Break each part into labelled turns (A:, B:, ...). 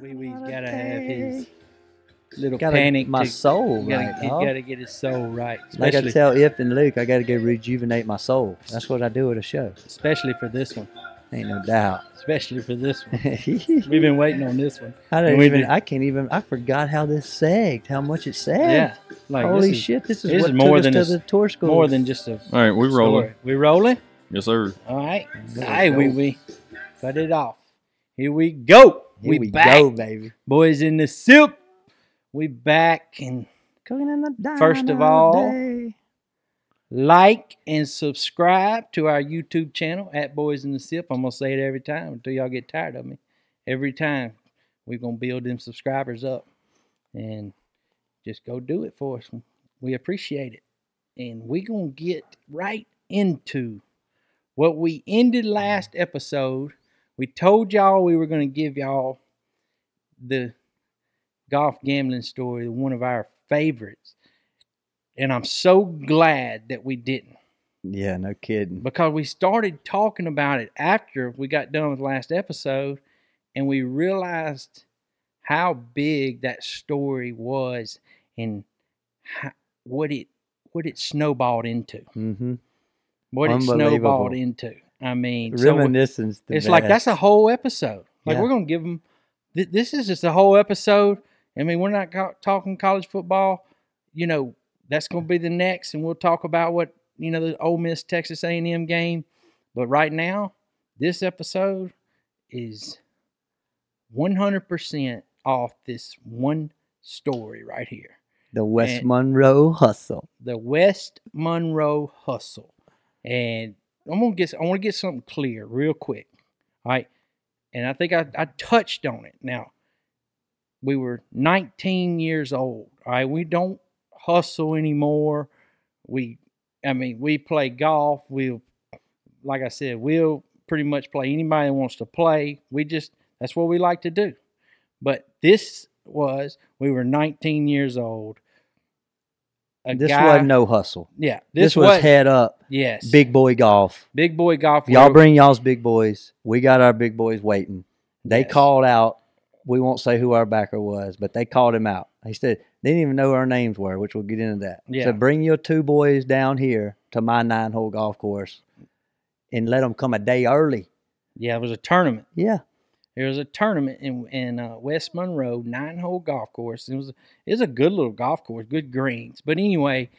A: Wee Wee's gotta have his little
B: Gotta
A: panic.
B: my
A: to-
B: soul
A: you gotta,
B: right,
A: you
B: dog.
A: gotta get his soul right,
B: Like I
A: especially
B: tell If and Luke, I got to go rejuvenate my soul. That's what I do at a show.
A: especially for this one.
B: Ain't no doubt.
A: Especially for this one.
B: I
A: We've been waiting on this one.
B: don't
A: we
B: even.
A: do-
B: I can't even. I forgot how this sagged. How much it sagged.
A: Yeah, like
B: Holy
A: this is
B: shit! This is
A: this
B: what
A: is more
B: took
A: than
B: us
A: a-
B: to the tour school.
A: more than just a
C: All right, we rolling.
A: story. We rolling?
C: Yes, sir.
A: All right.
B: There
A: Hey,
B: we
A: we
B: go.
A: we cut it off. Here we go.
B: Here
A: we,
B: we
A: back,
B: go, baby.
A: boys in the soup. We back and
B: Cooking in the
A: First of
B: diner
A: all,
B: day.
A: like and subscribe to our YouTube channel at Boys in the Sip. I'm gonna say it every time until y'all get tired of me. Every time we're gonna build them subscribers up, and just go do it for us. We appreciate it, and we're gonna get right into what we ended last episode. We told y'all we were gonna give y'all the golf gambling story, one of our favorites. And I'm so glad that we didn't
B: yeah, no kidding.
A: because we started talking about it after we got done with last episode and we realized how big that story was and how, what it what it snowballed into
B: Mm-hmm.
A: what it snowballed
B: Unbelievable.
A: into i mean so we-
B: Reminiscence. the
A: it's like that's
B: best.
A: a whole episode like
B: Yeah.
A: we're gonna give them th- this is just a whole episode i mean we're not co- talking college football you know that's gonna be the next and we'll talk about what you know the Ole miss texas a&m game but right now this episode is 100% off this one story right here
B: the West
A: and-
B: Monroe hustle.
A: the West Monroe Hustle. And I'm gonna get I want to get something clear real quick. All right. And I think I, I touched on it. Now, we were 19 years old. All right. We don't hustle anymore. We I mean, we play golf. We'll like I said, we'll pretty much play anybody that wants to play. We just that's what we like to do. But this was we were 19 years old. A
B: This
A: guy-
B: wasn't no hustle.
A: yeah,
B: This, was, head up,
A: yes,
B: big boy golf.
A: big boy golf.
B: Y'all
A: where-
B: bring y'all's big boys. We got our big boys waiting. They
A: Yes.
B: called out. We won't say who our backer was, but they called him out. He said they didn't even know who our names were, which we'll get into that.
A: Yeah.
B: So bring your two boys down here to my nine hole golf course, and let them come a day early.
A: Yeah, it was a tournament.
B: Yeah,
A: There was a tournament in in uh, West Monroe, nine hole golf course. It was it was a good little golf course, good greens. But anyway,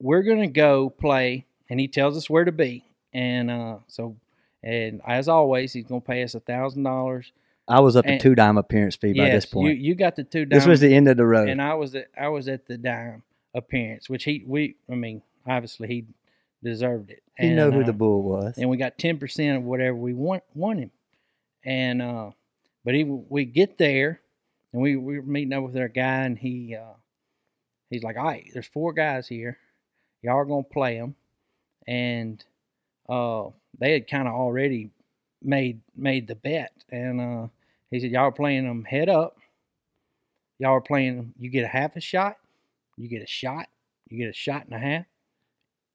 A: we're gonna go play, and he tells us where to be, and uh, so. And as always, he's gonna pay us a thousand dollars.
B: I was up to
A: And-
B: two dime appearance fee by this point.
A: you you got the two.
B: this was
A: dimes,
B: the end of the road.
A: and I was at I was at the dime appearance, which he we I mean obviously he deserved it.
B: you know
A: And,
B: who
A: uh,
B: the bull was.
A: and we got ten percent of whatever we want want him. And uh, but he we get there, and we we were meeting up with our guy, and he uh, he's like, "All right, there's four guys here. Y'all are gonna play them." And uh, they had kind of already made made the bet, and uh, he said, "Y'all are playing them head up. Y'all are playing 'em- You get a half a shot. You get a shot. You get a shot and a half."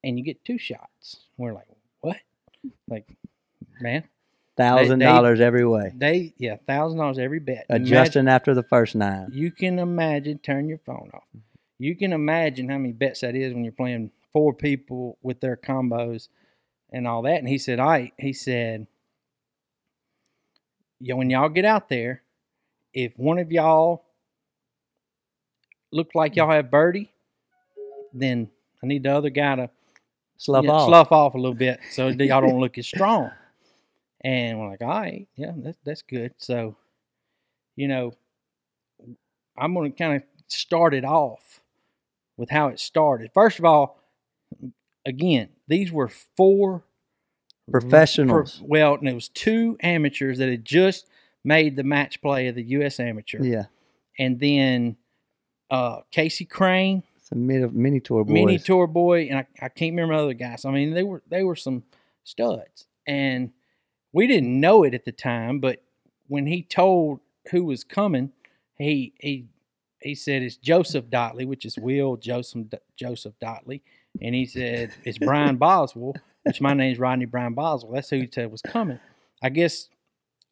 A: And you get two shots. We're like, what? Like, man,
B: Thousand dollars every way.
A: they yeah, thousand dollars every bet.
B: Adjusting after the first nine.
A: Imagine- you can imagine. Turn your phone off. You can imagine how many bets that is when you're playing four people with their combos and all that. And he said, "I." He said, "Yeah, when y'all get out there, if one of y'all look like y'all have birdie, then I need the other guy to
B: Slough
A: yeah,
B: off.
A: slough off a little bit so that y'all don't look as strong. And we're like, all right, yeah, that's that's good. So, you know, I'm going to kind of start it off with how it started. First of all, again, these were four pro-
B: Professionals.
A: well, and it was two amateurs that had just made the match play of the U.S. Amateur,
B: Yeah.
A: and then uh, Casey Crane
B: It's a mini, mini tour boys.
A: mini tour boy, and I, I can't remember the other guys. I mean, they were they were some studs, and we didn't know it at the time. But when he told who was coming, he he he said it's Joseph Dotley, which is Will Joseph Joseph Dotley, and he said it's Brian Boswell, which my name's Rodney Brian Boswell. That's who he said was coming. I guess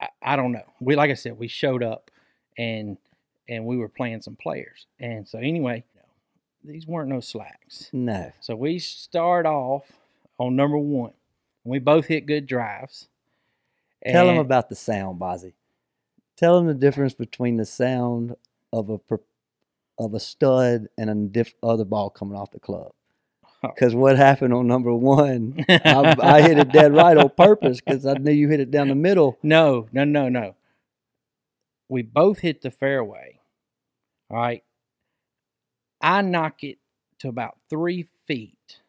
A: I, I don't know. We like I said, we showed up and and we were playing some players. And so anyway, these weren't no slacks.
B: No.
A: So we start off on number one. We both hit good drives.
B: Tell them
A: And
B: about the sound, Bozzy. Tell them the difference between the sound of a per- of a stud and a diff- other ball coming off the club. Because what happened on number one, I, I hit it dead right on purpose because I knew you hit it down the middle.
A: No, no, no, no. We both hit the fairway. All right. I knock it to about three feet.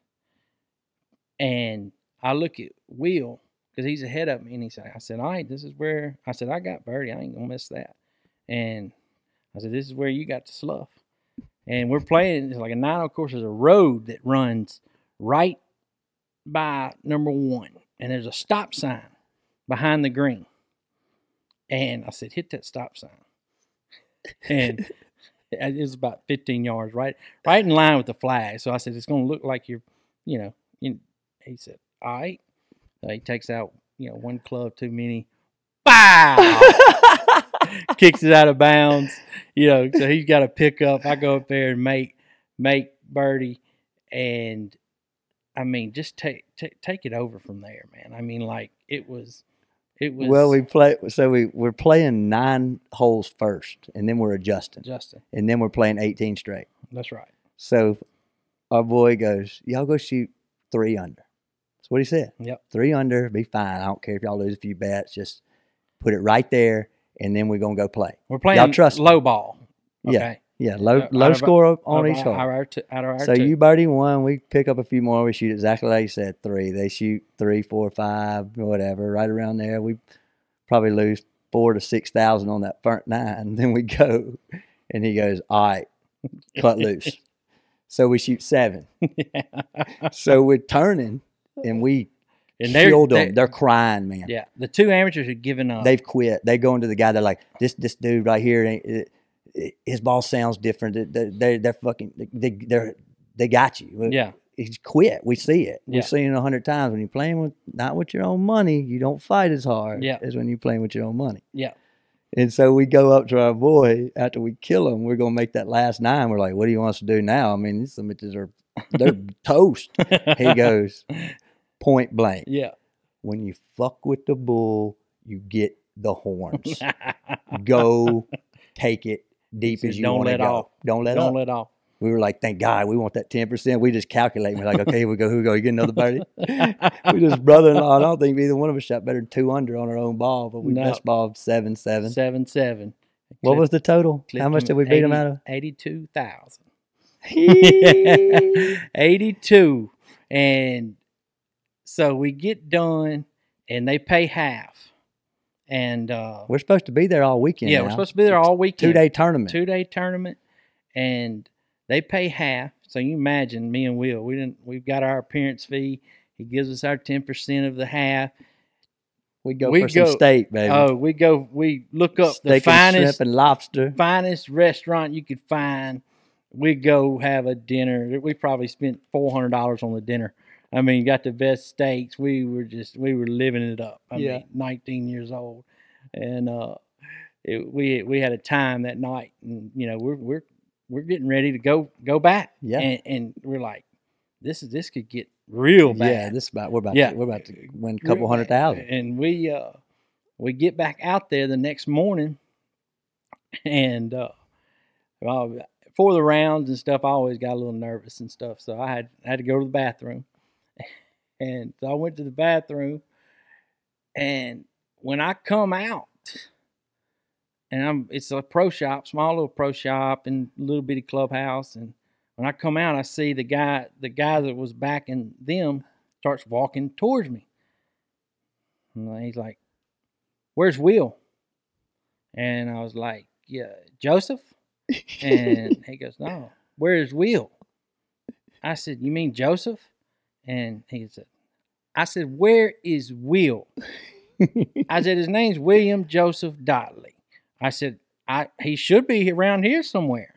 A: And I look at Will because he's ahead of me. And he said, I said, All right, this is where I said, I got birdie. I ain't going to miss that. And I said, This is where you got to slough. And we're playing. It's like a nine, of course, there's a road that runs right by number one. And there's a stop sign behind the green. And I said, hit that stop sign. And it was about 15 yards, right, right in line with the flag. So I said, it's going to look like you're, you know. you he said, all right. So he takes out, you know, one club too many. Wow. kicks it out of bounds. You know, so he's got a pickup. I go up there and make make birdie, and I mean, just take take take it over from there, man. I mean, like it was, it was.
B: well, we play so we we're playing nine holes first, and then we're adjusting,
A: Justin,
B: and then we're playing eighteen straight.
A: that's right.
B: So our boy goes, y'all go shoot three under. That's what he said.
A: Yep.
B: Three under, be fine. I don't care if y'all lose a few bets. Just put it right there, and then we're gonna go play.
A: We're playing
B: trust me.
A: low ball.
B: Yeah,
A: Okay.
B: Yeah, low
A: Uh, out
B: low
A: of-
B: score on
A: Out of our-
B: each hole.
A: Out of our two- out of our
B: So
A: two.
B: you birdie one, we pick up a few more. We shoot exactly like you said, three. They shoot three, four, five, whatever, right around there. We probably lose four to six thousand on that front nine. Then we go, and he goes, "All right, cut loose." So we shoot seven. So we're turning, and we
A: and they're,
B: killed them.
A: they-
B: They're crying, man.
A: yeah, the two amateurs had given up.
B: They've quit. They go into the guy. They're like, "This this dude right here, ain't- it, it, his ball sounds different. They- They, they're they're fucking they they're they got you."
A: yeah,
B: he's quit. We see it.
A: Yeah.
B: We've seen it a hundred times. When you're playing with not with your own money, you don't fight as hard
A: Yeah.
B: as when you're playing with your own money.
A: Yeah.
B: And so we go up to our boy after we kill him. We're gonna make that last nine. We're like, what do you want us to do now? I mean, these bitches are they're toast. He goes point blank.
A: yeah.
B: When you fuck with the bull, you get the horns. go take it deep
A: Said,
B: as you
A: "Don't
B: want to
A: let
B: go.
A: off.
B: Don't let off.
A: Don't let off.
B: We were like, thank God, we want that ten percent. We just calculate. We're like, okay, here we go, here we go. You get another birdie. we just brother-in-law. I don't think either one of us shot better than two under on our own ball, but we
A: No.
B: best ball seven seven.
A: Seven seven.
B: What
A: Clip-
B: was the total? How
A: clipped
B: much
A: him
B: did we beat
A: 80
B: him out of?
A: 82,000.
B: Hee.
A: 82. And so we get done and they pay half. And uh,
B: we're supposed to be there all weekend.
A: yeah, we're supposed to be there all weekend.
B: two day tournament.
A: Two day tournament. And they pay half. So you imagine me and Will, we didn't we've got our appearance fee. He gives us our ten percent of the half.
B: we go
A: we
B: for some
A: go-
B: steak, baby.
A: Oh, we go we look up the
B: Steak and
A: finest
B: shrimp and lobster.
A: finest restaurant you could find. We go have a dinner. We probably spent four hundred dollars on the dinner. I mean, got the best steaks. We were just we were living it up. I
B: Yeah.
A: mean, nineteen years old, and uh, it, we we had a time that night, and you know we're we're we're getting ready to go go back.
B: Yeah.
A: and, and we're like, this is this could get real bad.
B: Yeah, this is about we're about
A: Yeah.
B: to, we're about to win a couple
A: Real
B: hundred
A: bad.
B: thousand.
A: And we uh we get back out there the next morning and uh well, for the rounds and stuff, I always got a little nervous and stuff. So I had I had to go to the bathroom. And so I went to the bathroom and when I come out and I'm it's a pro shop, small little pro shop and little bitty clubhouse and when I come out I see the guy the guy that was backing them starts walking towards me. And he's like, Where's Will? And I was like, Yeah, Joseph? And he goes, No, where's Will? I said, You mean Joseph? And he said, I said, Where is Will? I said, His name's William Joseph Dotley. I said, I he should be around here somewhere.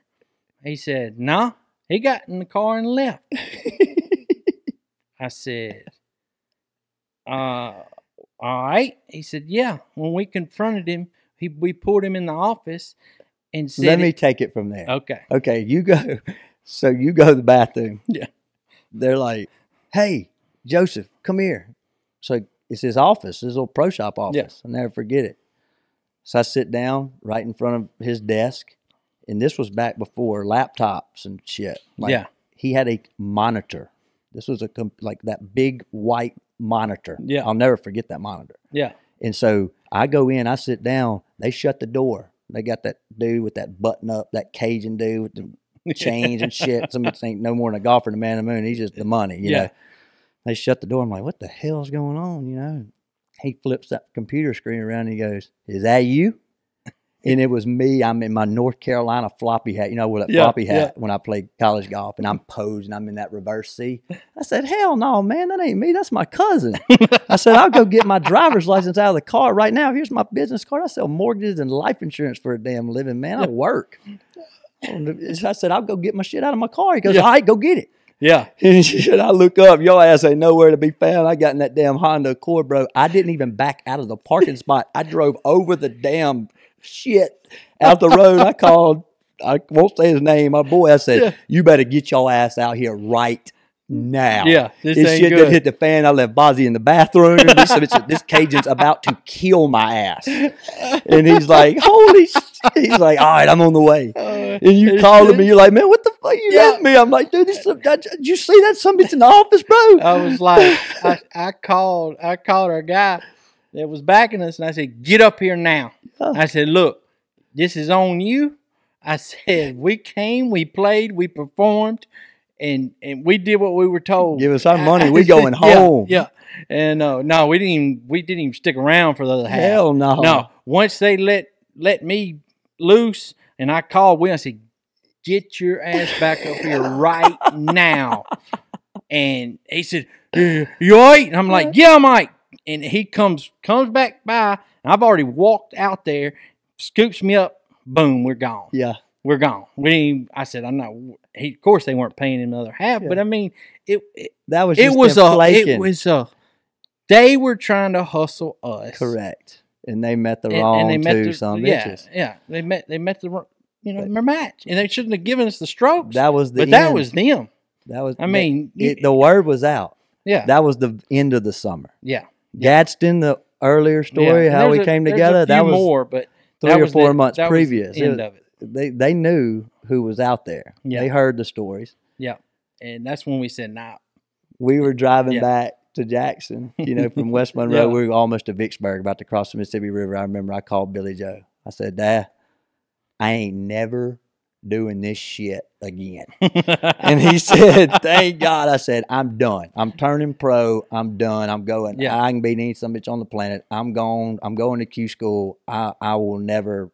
A: He said, Nah, he got in the car and left. I said, uh All right. He said, Yeah. When we confronted him, he, we pulled him in the office and said,
B: Let me
A: it-
B: take it from there.
A: Okay.
B: okay, you go. So you go to the bathroom.
A: Yeah.
B: They're like, hey, Joseph, come here. So it's his office, his little pro shop office.
A: Yes.
B: I'll never forget it. So I sit down right in front of his desk. And this was back before laptops and shit. Like,
A: yeah.
B: He had a monitor. This was a, com- like that big white monitor.
A: Yeah.
B: I'll never forget that monitor.
A: Yeah.
B: And so I go in, I sit down, they shut the door. They got that dude with that button up, that Cajun dude with the chains and shit. Some bitch ain't no more than a golfer than a man on the moon. He's just the money, you
A: Yeah.
B: know. They shut the door. I'm like, what the hell's going on? You know. He flips that computer screen around and he goes, Is that you? And it was me. I'm in my North Carolina floppy hat. You know, with that
A: Yeah,
B: floppy hat
A: yeah.
B: when I played college golf and I'm posing. I'm in that reverse C. I said, Hell no, man, that ain't me. That's my cousin. I said, I'll go get my driver's license out of the car right now. Here's my business card. I sell mortgages and life insurance for a damn living, man. I work. I said, I'll go get my shit out of my car. He goes,
A: Yeah.
B: All right, go get it.
A: Yeah.
B: And shit, I look up, your ass ain't nowhere to be found. I got in that damn Honda Accord, bro. I didn't even back out of the parking spot. I drove over the damn shit out the road. I called, I won't say his name, my boy. I said,
A: Yeah.
B: You better get your ass out here right now.
A: Yeah. This,
B: This
A: ain't
B: shit
A: good.
B: done hit the fan. I left Bozzy in the bathroom. This, this- this Cajun's about to kill my ass. And he's like, holy shit. He's like, all right, I'm on the way.
A: Uh,
B: And you
A: it's
B: call him
A: good.
B: and you're like, man, what the fuck you
A: Yeah.
B: left me? I'm like, dude, this, that, did you see that somebody's in the office, bro?
A: I was like, I, I called, I called our guy that was backing us, and I said, "Get up here now."
B: Yeah.
A: I said, "Look, this is on you." I said, "We came, we played, we performed, and and we did what we were told.
B: Give us our
A: I-
B: money.
A: I
B: We
A: said,
B: going
A: "Oh, "Yeah,
B: home.
A: Yeah, and uh, no, we didn't. Even, we didn't even stick around for the other half.
B: Hell no.
A: No, once they let let me loose, and I called Will. I said, "Get your ass back up here right now." And he said, "Uh, "You all right?" And I'm like, "Yeah, I'm all right." And he comes comes back by, and I've already walked out there, scoops me up. Boom, we're gone.
B: Yeah.
A: We're gone. We didn't, I said, "I'm not." He, of course, they weren't paying him the other half, but
B: Yeah.
A: I mean, it it,
B: That was
A: it
B: just
A: was a
B: inflation.
A: it was a. They were trying to hustle us.
B: Correct. And they met the
A: And-
B: wrong
A: and, they
B: two
A: met the,
B: some
A: yeah,
B: bitches.
A: Yeah, they met they met the wrong- you know
B: But-
A: their match, and they shouldn't have given us the strokes.
B: That was the
A: but that
B: end.
A: was them.
B: that was
A: I mean, you-
B: it, the word was out.
A: yeah,
B: That was the end of the summer.
A: yeah,
B: Gadsden, the earlier
A: yeah.
B: story,
A: And
B: how we
A: there's a-
B: came
A: there's a
B: together, that
A: few
B: was
A: more, but
B: three
A: that
B: or
A: was
B: four
A: the-
B: months
A: that was the
B: previous. It
A: end
B: was-
A: of it,
B: they they knew who was out there.
A: Yeah.
B: They heard the stories.
A: and that's when we said, "Nah,
B: We were driving
A: Yeah.
B: back to Jackson, you know, from West Monroe.
A: Yeah.
B: We were almost to Vicksburg, about to cross the Mississippi River. I remember I called Billy Joe. I said, Dad, I ain't never doing this shit again. And he said, Thank God. I said, I'm done. I'm turning pro. I'm done. I'm going.
A: Yeah.
B: I can beat any some bitch on the planet. I'm gone. I'm going to Q school. I, I will never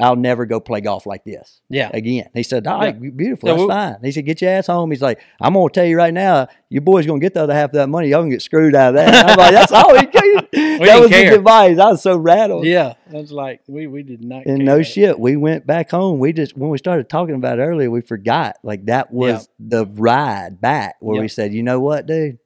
B: I'll never go play golf like this
A: yeah,
B: again. He said, All right, beautiful.
A: Yeah,
B: That's
A: we-
B: fine. He said, Get your ass home. He's like, I'm going to tell you right now, your boy's going to get the other half of that money. Y'all can get screwed out of that. And I'm like, That's all he cared. that
A: didn't
B: was
A: care.
B: the device. I was so rattled.
A: yeah." That's like we we did not
B: And
A: care.
B: no shit, we went back home. We just when we started talking about it earlier, we forgot like that was the ride back where
A: Yeah.
B: we said, you know what, dude,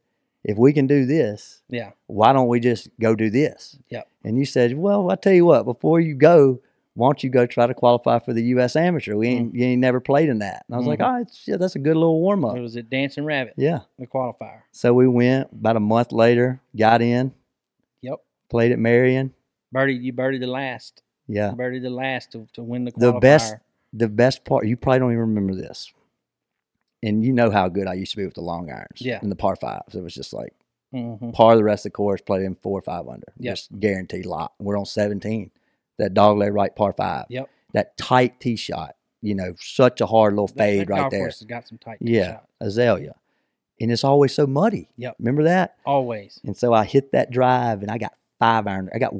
B: if we can do this,
A: Yeah.
B: why don't we just go do this?
A: Yep.
B: And you said, well, I tell you what, before you go, why don't you go try to qualify for the U.S. Amateur? We
A: Mm.
B: ain't you ain't never played in that. And I was like,
A: Mhm.
B: all right, shit, that's a good little warm
A: It
B: up.
A: was at Dancing Rabbit,
B: Yeah.
A: the qualifier.
B: So we went about a month later, got in,
A: Yep,
B: played at Marion.
A: birdie, you birdie the last,
B: Yeah.
A: birdie the last to, to win the qualifier.
B: The best- the best part you probably don't even remember this and you know how good i used to be with the long irons
A: Yeah.
B: and the par fives it was just like
A: hmm
B: par the rest of the course played in four or five under
A: Yep.
B: just guaranteed lot we're on 17 that dog leg right par five
A: Yep.
B: that tight tee shot you know such a hard little fade
A: that, that
B: right
A: golf
B: there
A: course has got some tight
B: Yeah.
A: shots.
B: azalea and it's always so muddy
A: Yep.
B: remember that
A: always.
B: and so i hit that drive and i got five iron i got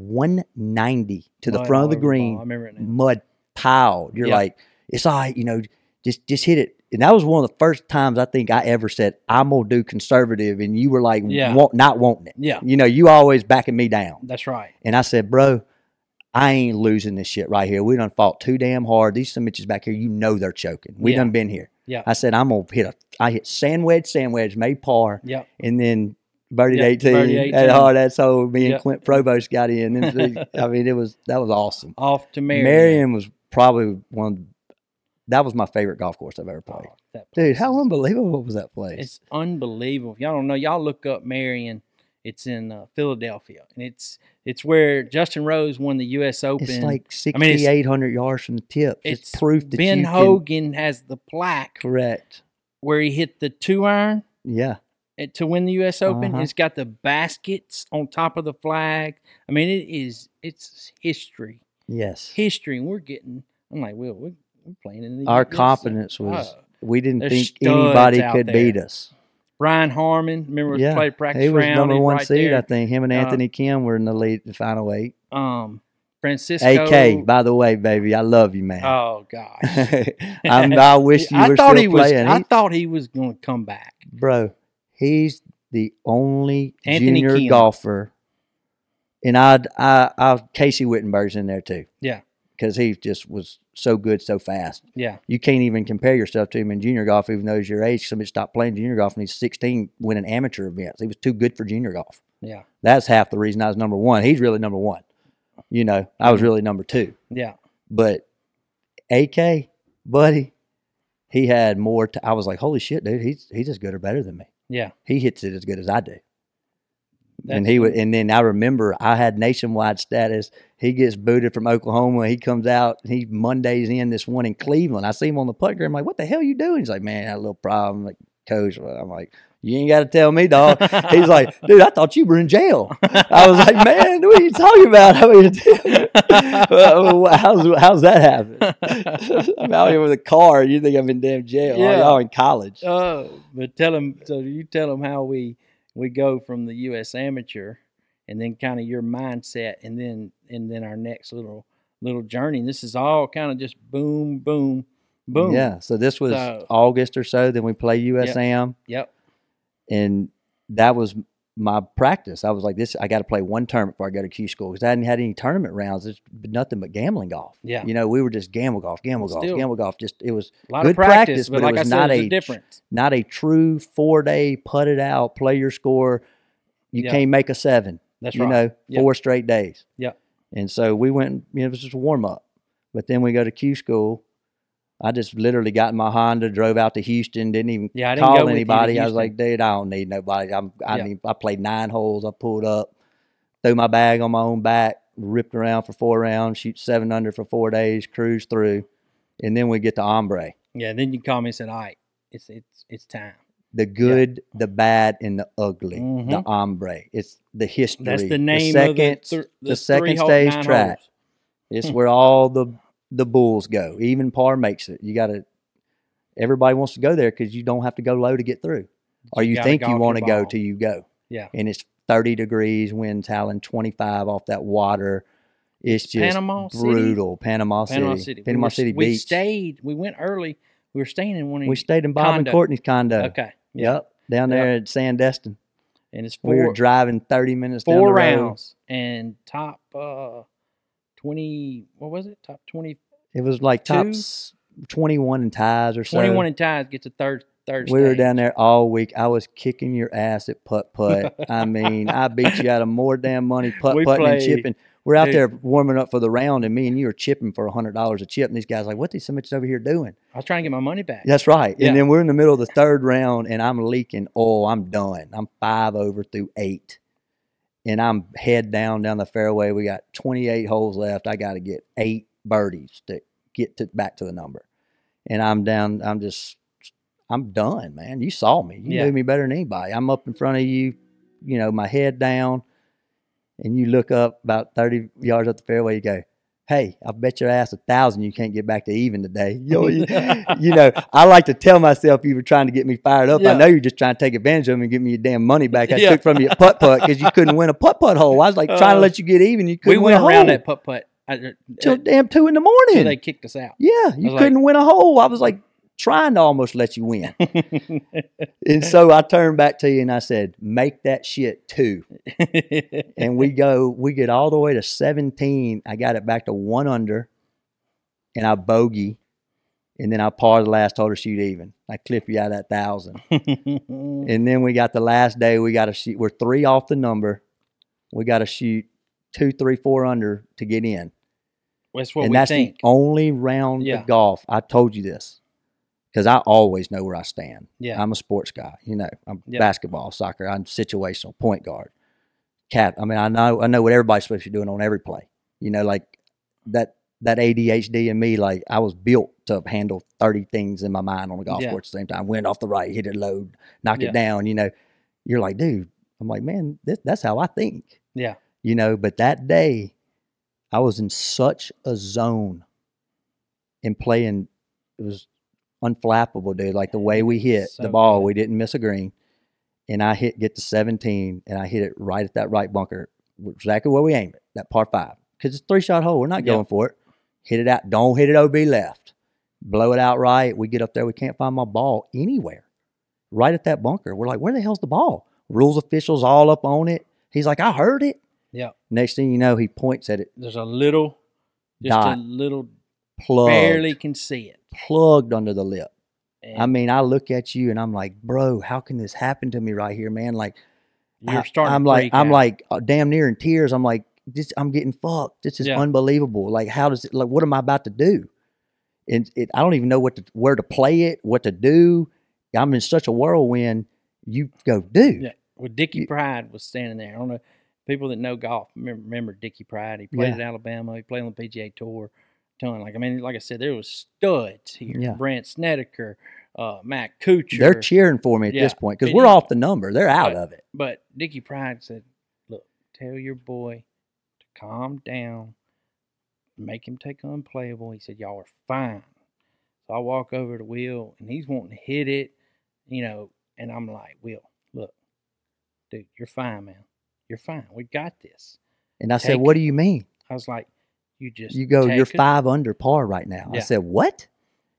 B: 190 to the
A: Mud
B: front
A: all
B: of the
A: over ball.
B: green
A: Oh, I remember it now.
B: mud piled. You're
A: Yeah.
B: like, it's all right, you know, just just hit it. And that was one of the first times I think I ever said, I'm gonna do conservative, and you were like
A: Yeah.
B: want, not wanting it.
A: Yeah,
B: You know, you always backing me down.
A: that's right.
B: And I said, Bro, I ain't losing this shit right here. We done fought too damn hard. These some bitches back here, you know they're choking. We
A: Yeah.
B: done been here.
A: Yeah.
B: I said, I'm gonna hit a I hit sand wedge, sand wedge, made par,
A: Yep.
B: and then birdied
A: Yep,
B: 18,
A: birdied
B: That
A: 18.
B: hard that soul. Me and
A: Yep.
B: Clint Provost got in. Them three- I mean, it was that was awesome.
A: Off to Marion.
B: Marion was probably one. That was my favorite golf course I've ever played.
A: Oh, that
B: Dude,
A: place
B: how
A: is-
B: unbelievable was that place?
A: It's unbelievable. If y'all don't know, y'all look up Marion. It's in uh, Philadelphia, and it's it's where Justin Rose won the U.S. Open.
B: It's like
A: mean, it's-
B: 6,800 yards from the tip. It's,
A: It's
B: proof that
A: ben
B: you
A: Hogan has the plaque
B: can correct.
A: where he hit the two iron
B: Yeah,
A: at- to win the U.S. Open.
B: Uh-huh.
A: It's got the baskets on top of the flag. I mean, it is it's history,
B: yes.
A: history, and we're getting. I'm like, well, we're, we're playing in the
B: Our
A: US.
B: confidence was
A: Oh.
B: we didn't
A: there's
B: think
A: studs
B: anybody
A: out
B: could
A: there.
B: beat us.
A: Brian Harmon. Remember,
B: Yeah,
A: yeah, played practice
B: He was
A: round.
B: number
A: he's
B: one
A: right
B: seed, I
A: there.
B: think. Him and
A: Uh,
B: Anthony Kim were in the lead, the final eight.
A: Um, Francisco.
B: AK, by the way, baby, I love you, man.
A: Oh gosh.
B: I'm, I wish you
A: I
B: were
A: thought
B: still
A: he was.
B: playing.
A: I
B: He-
A: thought he was going to come back.
B: bro, he's the only
A: Anthony
B: junior
A: Kim.
B: golfer, and I, I, I, Casey Wittenberg's in there too.
A: Yeah.
B: because he just was so good so fast.
A: Yeah,
B: You can't even compare yourself to him in junior golf, even though he's your age. Somebody stopped playing junior golf when he's 16, winning amateur events. He was too good for junior golf.
A: yeah,
B: That's half the reason I was number one. He's really number one. You know, I was really number two.
A: yeah.
B: But AK, buddy, he had more. T- I was like, holy shit, dude, he's he's as good or better than me.
A: Yeah.
B: he hits it as good as I do. and
A: That's
B: he would,
A: cool.
B: and then I remember I had nationwide status. He gets booted from Oklahoma. He comes out. He Mondays in this one in Cleveland. I see him on the putt green. I'm like, what the hell you doing? He's like, man, I had a little problem. I'm like, coach, I'm like, you ain't got to tell me, dog. Oh, He's like, dude, I thought you were in jail. I was like, man, what are you talking about? I mean, well, how's, how's that happen? I'm out here with a car. and You think I'm in damn jail? Yeah.
A: Yeah.
B: Y'all in college?
A: Oh, but tell him. So you tell him how we we go from the U.S. amateur, and then kind of your mindset, and then and then our next little little journey. And this is all kind of just boom, boom, boom.
B: Yeah. So this was
A: So-
B: August or so. Then we play USM,
A: Yep.
B: and that was my practice. I was like, this. I got to play one tournament before I go to Q school because I hadn't had any tournament rounds. It's been nothing but gambling golf.
A: Yeah.
B: You know, we were just gamble golf, gamble golf,
A: Still-
B: gamble golf. Just it was
A: A lot
B: Good
A: of practice,
B: practice,
A: but,
B: but it
A: like I
B: was
A: said,
B: not
A: there's a
B: a-
A: difference.
B: not a true four day put it out, play your score. You
A: Yeah.
B: can't make a seven.
A: That's
B: you
A: right.
B: know,
A: Yep.
B: four straight days.
A: Yep.
B: And so we went, and, you know, it was just a warm up. But then we go to Q school. I just literally got in my Honda, drove out to Houston, didn't even
A: yeah, I didn't go
B: call
A: with you to
B: anybody. I was
A: Houston.
B: like, dude, I don't need nobody. I'm, I
A: Yeah.
B: need, I played nine holes. I pulled up, threw my bag on my own back, ripped around for four rounds, shoot seven under for four days, cruise through. And then we get to Ombre.
A: yeah. Then you call me and said, "All right, it's it's it's time."
B: the good, the bad, and the ugly, the
A: Mhm.
B: ombre. It's the history.
A: That's the name
B: second,
A: of the, thr-
B: the,
A: three
B: second
A: hole-
B: stage
A: nine
B: track.
A: holes.
B: It's
A: Hmm.
B: where all the the bulls go. Even par makes it. You got to. Everybody wants to go there because you don't have to go low to get through, or you,
A: gotta
B: think you
A: golf
B: want to
A: your
B: go
A: ball.
B: till you go.
A: Yeah.
B: And it's thirty degrees, winds howling, twenty five off that water. It's just
A: Panama City?
B: brutal. Panama City.
A: Panama City. We
B: Panama
A: were-
B: City
A: we
B: Beach.
A: stayed. We went early. We were staying in one of
B: we stayed in Bob and
A: condo.
B: Courtney's condo.
A: Okay. Yeah.
B: Yep. Down there at Sandestin.
A: And it's
B: We were
A: four
B: driving 30 minutes down
A: four
B: the road.
A: rounds and top uh twenty what was it? Top 20,
B: It was like top
A: Two?
B: s- 21 and ties or so.
A: 21 in ties gets a third third
B: we were
A: stage.
B: down there all week. I was kicking your ass at putt putt. I mean, I beat you out of more damn money putt
A: We
B: putt and
A: played-
B: chipping. We're out
A: dude.
B: there warming up for the round, and me and you were chipping for hundred dollars a chip. And these guys like, "What these so much over here doing?"
A: I was trying to get my money back.
B: That's right.
A: Yeah.
B: And then we're in the middle of the third round, and I'm leaking oil. I'm done. I'm five over through eight, and I'm head down down the fairway. We got 28 holes left. I got to get eight birdies to get to back to the number, and I'm down. I'm just, I'm done, man. You saw me. You
A: Yeah.
B: knew me better than anybody. I'm up in front of you, you know, my head down, and you look up about 30 yards up the fairway. You go. Hey, I bet your ass a thousand you can't get back to even today. You know, you- you know, I like to tell myself you were trying to get me fired up. I
A: Yeah.
B: know you're just trying to take advantage of me and give me your damn money back. I
A: Yeah.
B: took from you at putt putt because you couldn't win a putt putt hole. I was like trying to
A: Uh,
B: let you get even. You
A: we
B: couldn't win
A: went
B: a hole
A: around that putt putt I- uh,
B: till
A: uh,
B: damn two in the
A: till
B: morning.
A: they kicked us out.
B: yeah, you
A: was like-
B: couldn't win a hole. I was like trying to almost let you win. and so I turned back to you and I said, make that shit two. And we go, we get all the way to 17. I got it back to one under and I bogey. And then I parred the last, told her shoot even. I clip you out of that thousand.
A: yeah.
B: And then we got the last day. We got to shoot. We're three off the number. We got to shoot two, three, four under to get in.
A: That's what
B: and
A: we
B: that's
A: think.
B: the only round
A: Yeah.
B: of golf. I told you this because I always know where I stand.
A: yeah.
B: I'm a sports guy. You know, I'm
A: Yeah.
B: basketball, soccer. I'm situational, point guard, cap. I mean, I know I know what everybody's supposed to be doing on every play. You know, like that that ADHD in me, like I was built to handle 30 things in my mind on the golf
A: Yeah.
B: course at the same time. Went off the right, hit it low, knock
A: Yeah.
B: it down. You know, you're like, dude. I'm like, man, this, that's how I think.
A: Yeah.
B: You know, but that day, I was in such a zone and playing. It was unflappable, dude. Like the way we hit
A: So
B: the ball,
A: good.
B: we didn't miss a green. And I hit get to 17, and I hit it right at that right bunker, which is exactly where we aimed it, that par five, because it's a three shot hole. We're not
A: Yeah.
B: going for it. Hit it out. Don't hit it OB left. Blow it out right. We get up there. We can't find my ball anywhere. Right at that bunker. We're like, where the hell's the ball? Rules officials all up on it. He's like, I heard it.
A: Yeah.
B: Next thing you know, he points at it.
A: There's a little, just
B: Dot.
A: a little,
B: Plugged,
A: barely can see it.
B: plugged under the lip. I
A: And
B: mean, I look at you and I'm like, bro, how can this happen to me right here, man? Like,
A: you're
B: I,
A: starting.
B: am
A: to
B: like,
A: freak
B: I'm
A: out.
B: like, uh, damn near in tears. I'm like, this, I'm getting fucked. This is
A: Yeah.
B: unbelievable. Like, how does it? Like, what am I about to do? And it, I don't even know what to, where to play it, what to do. I'm in such a whirlwind. You go, dude.
A: Yeah. Well, Dickie
B: You-
A: Pride was standing there. I don't know. People that know golf remember, remember Dickie Pride. He played
B: Yeah.
A: at Alabama. He played on the PGA Tour. Ton. Like I mean, like I said, there was studs here.
B: Yeah.
A: Brant Snedeker, uh, Matt Kuchar.
B: They're cheering for me at
A: Yeah.
B: this point because
A: And
B: we're
A: you-
B: off the number. They're out
A: Right.
B: of it.
A: But Dickie Pride said, "Look, tell your boy to calm down. Make him take unplayable." He said, "Y'all are fine." So I walk over to Will, and he's wanting to hit it, you know. And I'm like, "Will, look, dude, you're fine, man. You're fine. We got this."
B: And I said,
A: Take-
B: what do you mean?
A: I was like, "You just
B: You go, you're
A: take a-"
B: five under par right now. I
A: Yeah.
B: said, what?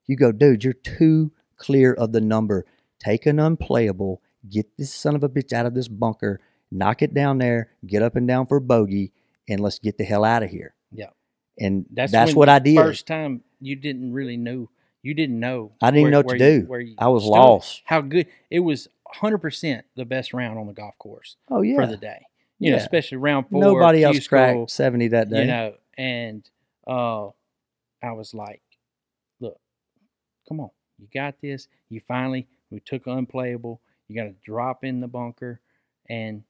B: You go, dude, you're too clear of the number. Take an unplayable, get this son of a bitch out of this bunker, knock it down there, get up and down for bogey, and let's get the hell out of here.
A: Yeah.
B: And that's,
A: That's when
B: what
A: the
B: I did.
A: First time you didn't really know. You didn't know.
B: I didn't know what to
A: you-
B: do.
A: where you
B: I was
A: stood.
B: lost.
A: How good it was. Hundred percent the best round on the golf course
B: Oh, yeah.
A: for the day. You know,
B: Yeah.
A: especially round four.
B: Nobody else
A: Q
B: cracked 70 that
A: school,
B: day.
A: You know, and uh, I was like, "Look, come on, you got this. You finally we took unplayable. You got to drop in the bunker, and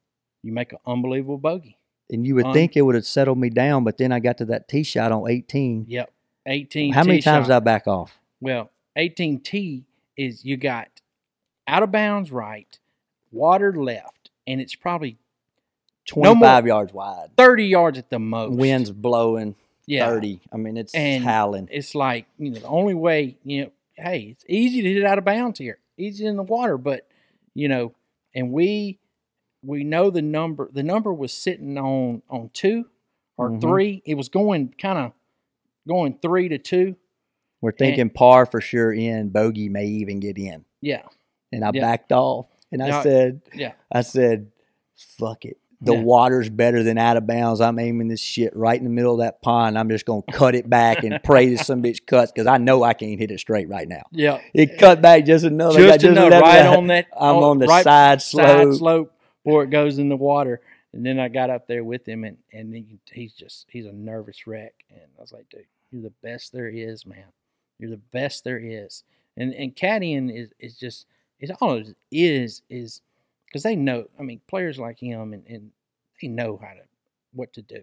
A: you make an unbelievable bogey.
B: and you would
A: Un-
B: think it would have settled me down, but then I got to that tee shot on 18.
A: Yep, eighteen.
B: How many
A: tee
B: times
A: shot.
B: did I back off?
A: Well, 18T is you got out of bounds right, water left, and it's probably
B: 25
A: more. Oh,
B: yards wide.
A: 30 yards at the most.
B: Winds blowing
A: yeah.
B: 30. I mean, it's
A: And-
B: howling.
A: It's like, you know, the only way, you know, hey, it's easy to hit out of bounds here, easy in the water, but, you know, and we, we know the number, the number was sitting on, on two or
B: Mhm.
A: three. It was going kind of going three to two.
B: We're thinking par for sure in, bogey may even get in.
A: Yeah.
B: And I
A: Yeah.
B: backed off and I
A: Yeah.
B: said,
A: Yeah.
B: I said, fuck it. The
A: Yeah.
B: water's better than out of bounds. I'm aiming this shit right in the middle of that pond. I'm just gonna cut it back and pray that some bitch cuts because I know I can't hit it straight right now.
A: Yeah.
B: It cut back just enough. I Oh, got
A: just enough,
B: enough
A: right
B: that
A: on that. oh,
B: I'm on the
A: right
B: side
A: side
B: slope.
A: slope before it goes in the water. And then I got up there with him, and and he, he's just he's a nervous wreck. And I was like, dude, you're the best there is, man. You're the best there is. And and caddying is is just it's all it is is because they know. I mean, players like him and and they know how to what to do.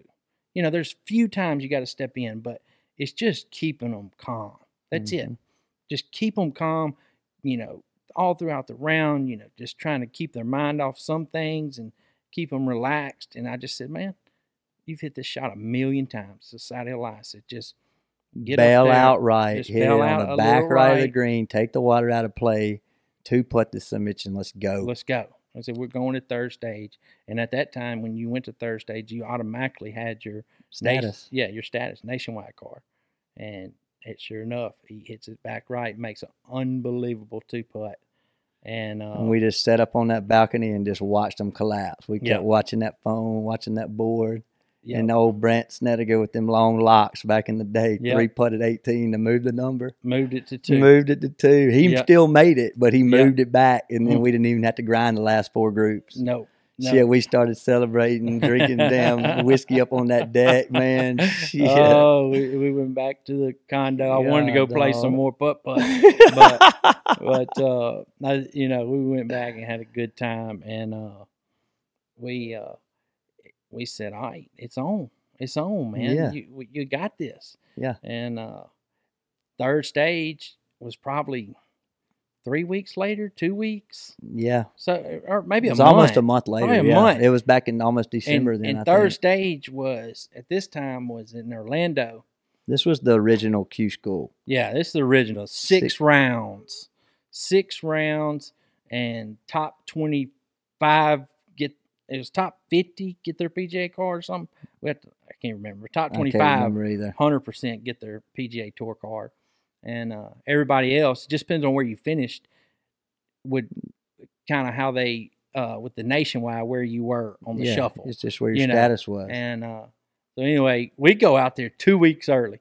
A: You know, there's few times you got to step in, but it's just keeping them calm. That's it.
B: Mhm.
A: Just keep them calm. You know, all throughout the round. You know, just trying to keep their mind off some things and keep them relaxed. And I just said, man, you've hit this shot a million times. Society of Lies. said, just get up
B: bail
A: there,
B: out right,
A: just
B: hit it
A: bail
B: on
A: out a
B: the back
A: little
B: right, of the
A: right.
B: green, take the water out of play, two putt this some bitch and let's go.
A: let's go. I said, we're going to third stage. And at that time, when you went to third stage, you automatically had your nation-
B: Status.
A: yeah, your status, nationwide car. And it sure enough, he hits it back right, makes an unbelievable two putt. And, uh,
B: And we just sat up on that balcony and just watched them collapse. We kept
A: Yeah.
B: watching that phone, watching that board.
A: Yep.
B: and old Brent Snedeker with them long locks back in the day,
A: Yep.
B: three putted 18 to move the number.
A: moved it to two.
B: Moved it to two. He
A: Yep.
B: still made it, but he
A: Yep.
B: moved it back, and then
A: Mm.
B: we didn't even have to grind the last four groups.
A: No, no.
B: Shit, we started celebrating, drinking damn whiskey up on that deck, man. Shit.
A: Oh, we, we went back to the condo. I wanted to go
B: God,
A: play
B: dog.
A: some more putt putt.
B: but,
A: but uh I, you know we went back and had a good time and uh we uh we said all right it's on it's on man
B: Yeah.
A: you, we- you got this
B: Yeah.
A: and uh third stage was probably three weeks later two weeks
B: yeah,
A: so or maybe
B: it
A: a
B: was
A: month
B: almost a month later.
A: Probably a
B: yeah.
A: month.
B: It was back in almost
A: and,
B: December. then
A: and
B: I
A: third
B: think.
A: stage was at this time was in orlando
B: this was the original Q school.
A: Yeah, this is the original. Six,
B: Six.
A: rounds. Six rounds and top twenty five get it was top fifty get their PGA card or something. We have to, I can't remember. Top twenty
B: I can't
A: five
B: remember either.
A: hundred percent get their PGA tour card. And uh, everybody else, it just depends on where you finished would kind of how they uh, with the nationwide where you were on the
B: yeah,
A: shuffle.
B: It's just where your
A: you know,
B: status was.
A: And uh, so anyway, we go out there two weeks early.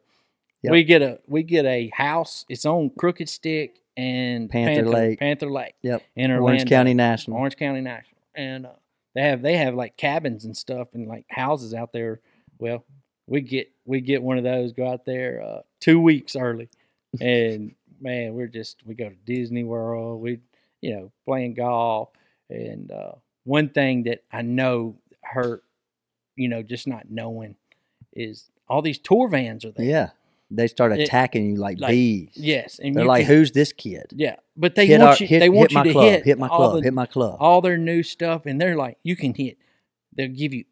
B: Yep.
A: We get a we get a house. It's on Crooked Stick and
B: Panther Lake.
A: Panther Lake.
B: Yep.
A: In Orlando,
B: Orange County National.
A: Orange County National. And uh, they have they have like cabins and stuff and like houses out there. Well, we get we get one of those. Go out there uh, two weeks early, and man, we're just we go to Disney World. We you know playing golf and uh, one thing that I know hurt, you know, just not knowing is all these tour vans are there.
B: Yeah. They start
A: It-
B: attacking you like,
A: like,
B: bees.
A: Yes, and
B: They're
A: you
B: like,
A: can-
B: who's this kid?
A: yeah, but they
B: hit
A: want
B: our,
A: you.
B: hit,
A: they want
B: hit
A: you
B: my
A: to
B: club,
A: hit,
B: my
A: all
B: club,
A: the
B: hit my club.
A: all their new stuff and they're like you can hit they'll give you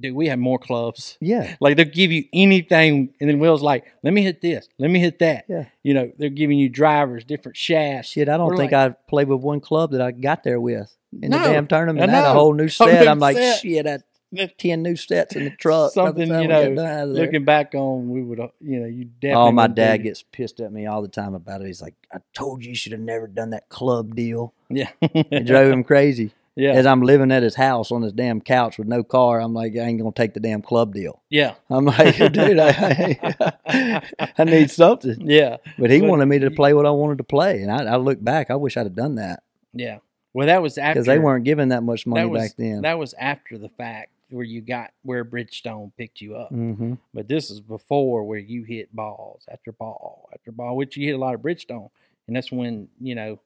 A: dude we have more clubs
B: yeah.
A: like they'll give you anything and then will's like let me hit this let me hit that
B: Yeah.
A: you know they're giving you drivers different shafts
B: Shit, I don't
A: We're
B: think I played with one club that I got there with in
A: No,
B: the damn tournament.
A: I
B: I, had a
A: know.
B: whole new set.
A: new
B: I'm like,
A: set.
B: shit, I had 10 new sets in the truck. by the
A: Something,
B: time
A: you
B: we got
A: know,
B: done out of there.
A: looking back on we would uh, you know you definitely
B: Oh, my
A: wouldn't do
B: dad
A: it.
B: gets pissed at me all the time about it. He's like, I told you you should have never done that club deal. It
A: yeah
B: drove him crazy.
A: yeah
B: As I'm living at his house on his damn couch with no car, I'm like, I ain't going to take the damn club deal.
A: yeah
B: I'm like, dude, I, I need something.
A: yeah
B: But he
A: But
B: wanted me to
A: you-
B: play what I wanted to play, and I, I look back, I wish I'd have done that
A: yeah well that was after
B: because they weren't giving that much money
A: that was,
B: back then.
A: that was after the fact where you got where bridgestone picked you up
B: hmm
A: But this is before where you hit balls after ball after ball, which you hit a lot of Bridgestone, and that's when you know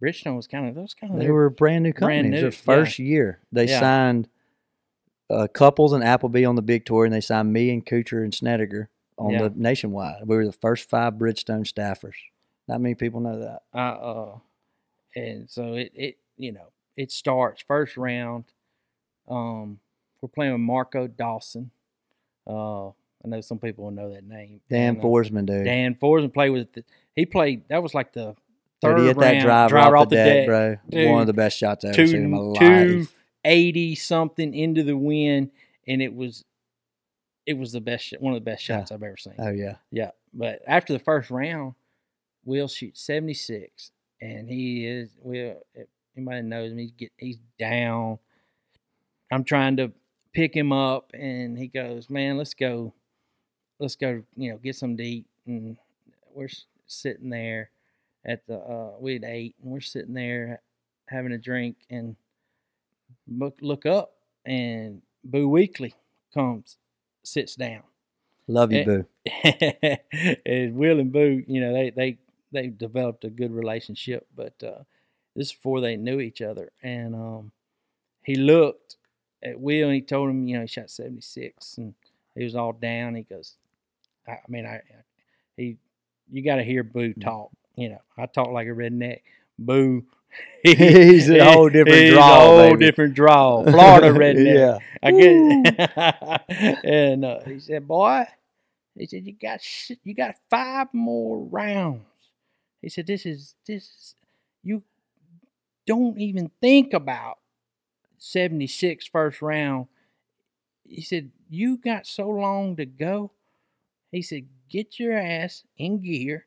A: Bridgestone was kind of that was kind of
B: They were a brand new company.
A: Oh, Brand
B: it
A: new,
B: was their first year. They
A: Yeah.
B: signed uh, Couples and Appleby on the big tour, and they signed me and Kuchar and Snedeker on
A: Yeah.
B: the nationwide. We were the first five Bridgestone staffers. Not many people know that.
A: uh, uh, and so it it you know it starts first round. Um, we're playing with Marco Dawson. Uh, I know some people will know that name.
B: Dan
A: and, uh,
B: Forsman, dude.
A: Dan Forsman played with the, he played that was like the
B: Dude,
A: third
B: he hit
A: round
B: that driver, off, the, deck, bro. One
A: Dude,
B: of the best shots I ever seen in my
A: two
B: life.
A: two eighty something into the wind, and it was it was the best shot- one of the best
B: Yeah.
A: shots I've ever seen.
B: Oh yeah.
A: Yeah, but after the first round, Will shoots seventy six, and he is Will. If anybody knows him, he's get he's down. I'm trying to pick him up, and he goes, "Man, let's go, let's go, you know, get some to eat." And we're s- sitting there at the uh, we had ate, and we're sitting there having a drink, and look look up, and Boo Weekly comes, sits down
B: Love you,
A: Eh,
B: boo.
A: and Will and Boo, you know, they they they developed a good relationship, but uh, this is before they knew each other. And um, he looked at Will and he told him, you know, he shot seventy six and he was all down. He goes, I, I mean, I, I he you got to hear Boo
B: Mm-hmm.
A: talk. You know, I talk like a redneck. Boo,
B: He's a whole different
A: he's
B: draw,
A: A whole
B: baby.
A: different draw, Florida redneck.
B: yeah.
A: I get and uh, he said, "Boy," he said, "You got sh- you got five more rounds." He said, "This is this is- you don't even think about 76 first round." He said, "You got so long to go." He said, "Get your ass in gear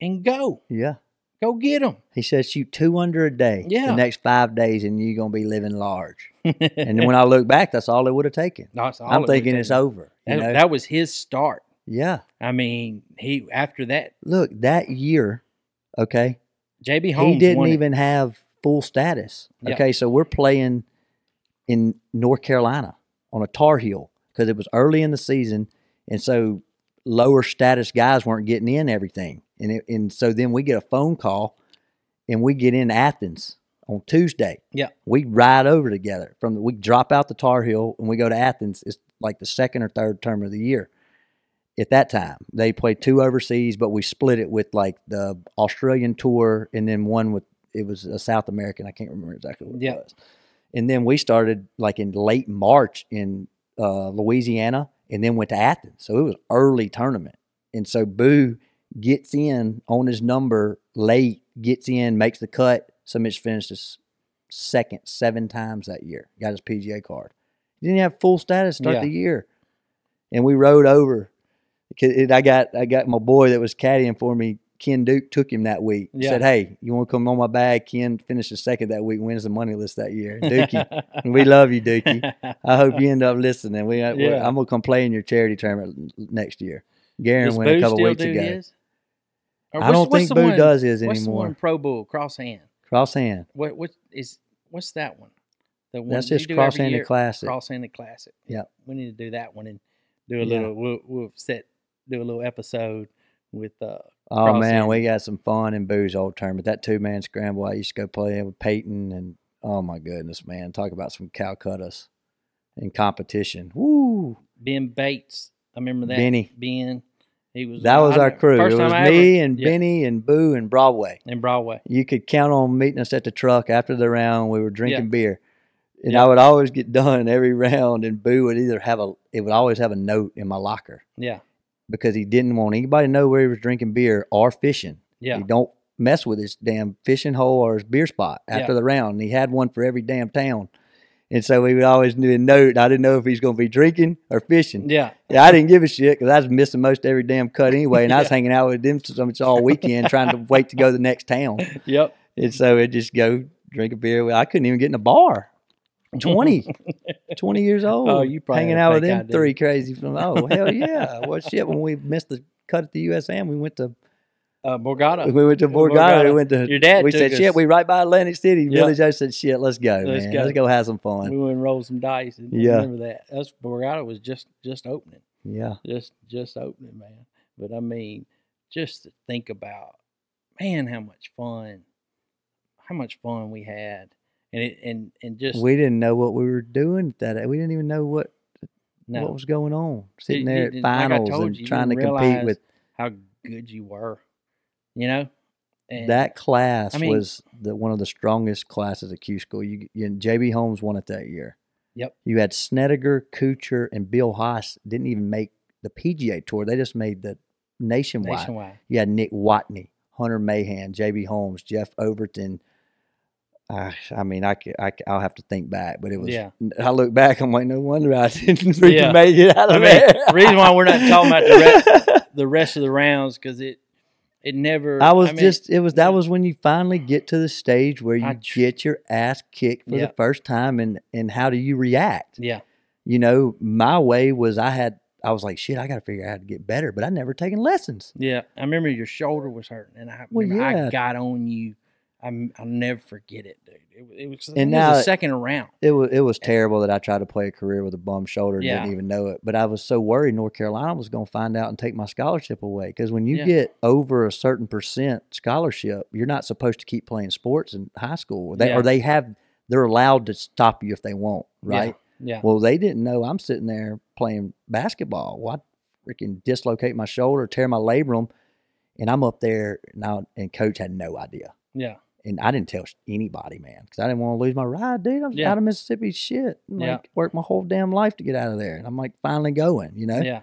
A: and go."
B: Yeah.
A: Go get them.
B: He said shoot two under a day
A: Yeah.
B: the next five days, and you're gonna be living large. and then when I look back, that's all it would have taken. I'm thinking it's over. you
A: That,
B: know?
A: that was his start.
B: yeah.
A: I mean, he after that,
B: Look, that year, okay,
A: JB Holmes
B: he didn't
A: won it.
B: even have full status.
A: Yeah.
B: Okay, so we're playing in North Carolina on a Tar Heel because it was early in the season, and so lower status guys weren't getting in everything, and it, and so then we get a phone call, and we get in Athens on Tuesday.
A: Yeah.
B: we ride over together from the, we drop out the Tar Heel and we go to Athens. It's like the second or third term of the year. At that time, they played two overseas, but we split it with like the Australian tour and then one with it was a South American. I can't remember exactly what
A: Yeah.
B: it was. And then we started like in late March in uh, Louisiana, and then went to Athens. So it was early tournament, and so Boo gets in on his number late, gets in, makes the cut. So Mitch finished as second seven times that year. Got his PGA card. Didn't have full status to start
A: Yeah.
B: the year, and we rode over. 'Cause it- I got I got my boy that was caddying for me. Ken Duke took him that week.
A: Yeah.
B: Said, "Hey, you want to come on my bag?" Ken finishes second that week, wins the money list that year. Dookie, we love you, Dookie. I hope you end up listening. We, we-
A: Yeah.
B: I'm gonna come play in your charity tournament n- next year. Garen
A: Does
B: went a
A: Boo
B: couple
A: still
B: weeks
A: do
B: ago.
A: his? Or
B: I
A: what's-
B: don't
A: what's
B: think
A: the
B: Boo
A: one-
B: does his
A: What's the one
B: anymore.
A: Pro Bull cross hand?
B: Cross hand.
A: What what is what's that one? The one
B: That's
A: you
B: just
A: do every
B: cross
A: year?
B: handed classic.
A: Cross handed classic.
B: Yep.
A: we need to do that one and do a
B: Yeah.
A: little. We'll, we'll set do a little episode with uh
B: Oh man,
A: cross-handed.
B: we got some fun in Boo's old tournament. That two man scramble I used to go play in with Peyton and oh my goodness, man. Talk about some Calcuttas and competition. Woo.
A: Ben Bates. I remember that
B: Benny.
A: Ben. He was
B: That
A: I
B: was our
A: remember-
B: crew.
A: First
B: It
A: time
B: was
A: I ever-
B: me and
A: yeah,
B: Benny and Boo and Broadway.
A: in Broadway.
B: you could count on meeting us at the truck after the round. We were drinking beer, and
A: Yeah.
B: I would always get done every round. And Boo would either have a it would always have a note in my locker
A: Yeah,
B: because he didn't want anybody to know where he was drinking beer or fishing.
A: yeah,
B: He don't mess with his damn fishing hole or his beer spot after the round. And he had one for every damn town, and so we would always do a note. I didn't know if he's going to be drinking or fishing.
A: yeah.
B: Yeah, I didn't give a shit because I was missing most every damn cut anyway, and I was
A: Yeah.
B: hanging out with them so much all weekend trying to wait to go to the next town.
A: Yep.
B: And so it just go drink a beer. I couldn't even get in a bar. 20, 20 years old.
A: Oh, you probably
B: hanging
A: don't
B: out with
A: think I
B: them
A: do.
B: three crazy. From, oh, hell yeah. well, shit, when we missed the cut at the USM, we went to
A: Uh, Borgata.
B: we went to
A: Borgata.
B: Borgata. We went to
A: Your dad.
B: we
A: took
B: said
A: us.
B: shit. We right by Atlantic City.
A: Yeah.
B: Billy Joe said shit. Let's go,
A: Let's
B: man.
A: go.
B: Let's go have some
A: we
B: fun.
A: went and rolled some dice. And
B: Yeah.
A: remember that. That's Borgata was just just opening.
B: Yeah,
A: just just opening, man. But I mean, just to think about, man, how much fun, how much fun we had, and it, and and just
B: we didn't know what we were doing that. We didn't even know what
A: no,
B: what was going on. Sitting
A: you
B: there at
A: didn't- like I
B: finals
A: told
B: and
A: you, you
B: trying to
A: didn't
B: compete
A: realize
B: with
A: how good you were, you know. And
B: that class
A: I mean-
B: was the one of the strongest classes at Q School. You, you and JB Holmes won it that year.
A: Yep.
B: You had Snedeker, Kuchar, and Bill Haas didn't even make the PGA tour. They just made the nationwide.
A: nationwide,
B: You had Nick Watney, Hunter Mahan, JB Holmes, Jeff Overton. I, I mean, I, ca- I, will have to think back, but it was.
A: yeah.
B: I look back, I'm like, no wonder I didn't freaking
A: Yeah.
B: make it out
A: I
B: of
A: mean,
B: there.
A: the reason why we're not talking about
B: the rest.
A: The rest of the rounds, because it it never.
B: I was
A: mean,
B: just it was that
A: yeah.
B: was when you finally get to the stage where you
A: I tr-
B: get your ass kicked for
A: Yeah.
B: the first time and and how do you react?
A: yeah,
B: You know, my way was I had I was like shit, I got to figure out how to get better, but I never taken lessons.
A: yeah. I remember your shoulder was hurting, and I
B: Well,
A: remember I
B: yeah.
A: got on you. I'm, I'll never forget it, dude. It, was- it was, I
B: And
A: think it
B: now-
A: was the second round.
B: It was it was terrible that I tried to play a career with a bum shoulder and
A: Eh. Yeah.
B: didn't even know it. But I was so worried North Carolina was going to find out and take my scholarship away because when you
A: Yeah.
B: get over a certain percent scholarship, you're not supposed to keep playing sports in high school. They,
A: Yeah.
B: Or they have they're allowed to stop you if they want,
A: Yeah,
B: right?
A: Yeah.
B: Well, they didn't know I'm sitting there playing basketball. Well, I freaking dislocate my shoulder, tear my labrum, and I'm up there now. And coach had no idea,
A: Yeah.
B: and I didn't tell anybody, man, because I didn't want to lose my ride, dude. I'm
A: Yeah.
B: out of Mississippi, shit. I'm
A: Yeah.
B: Like worked my whole damn life to get out of there, and I'm like finally going, you know.
A: Yeah.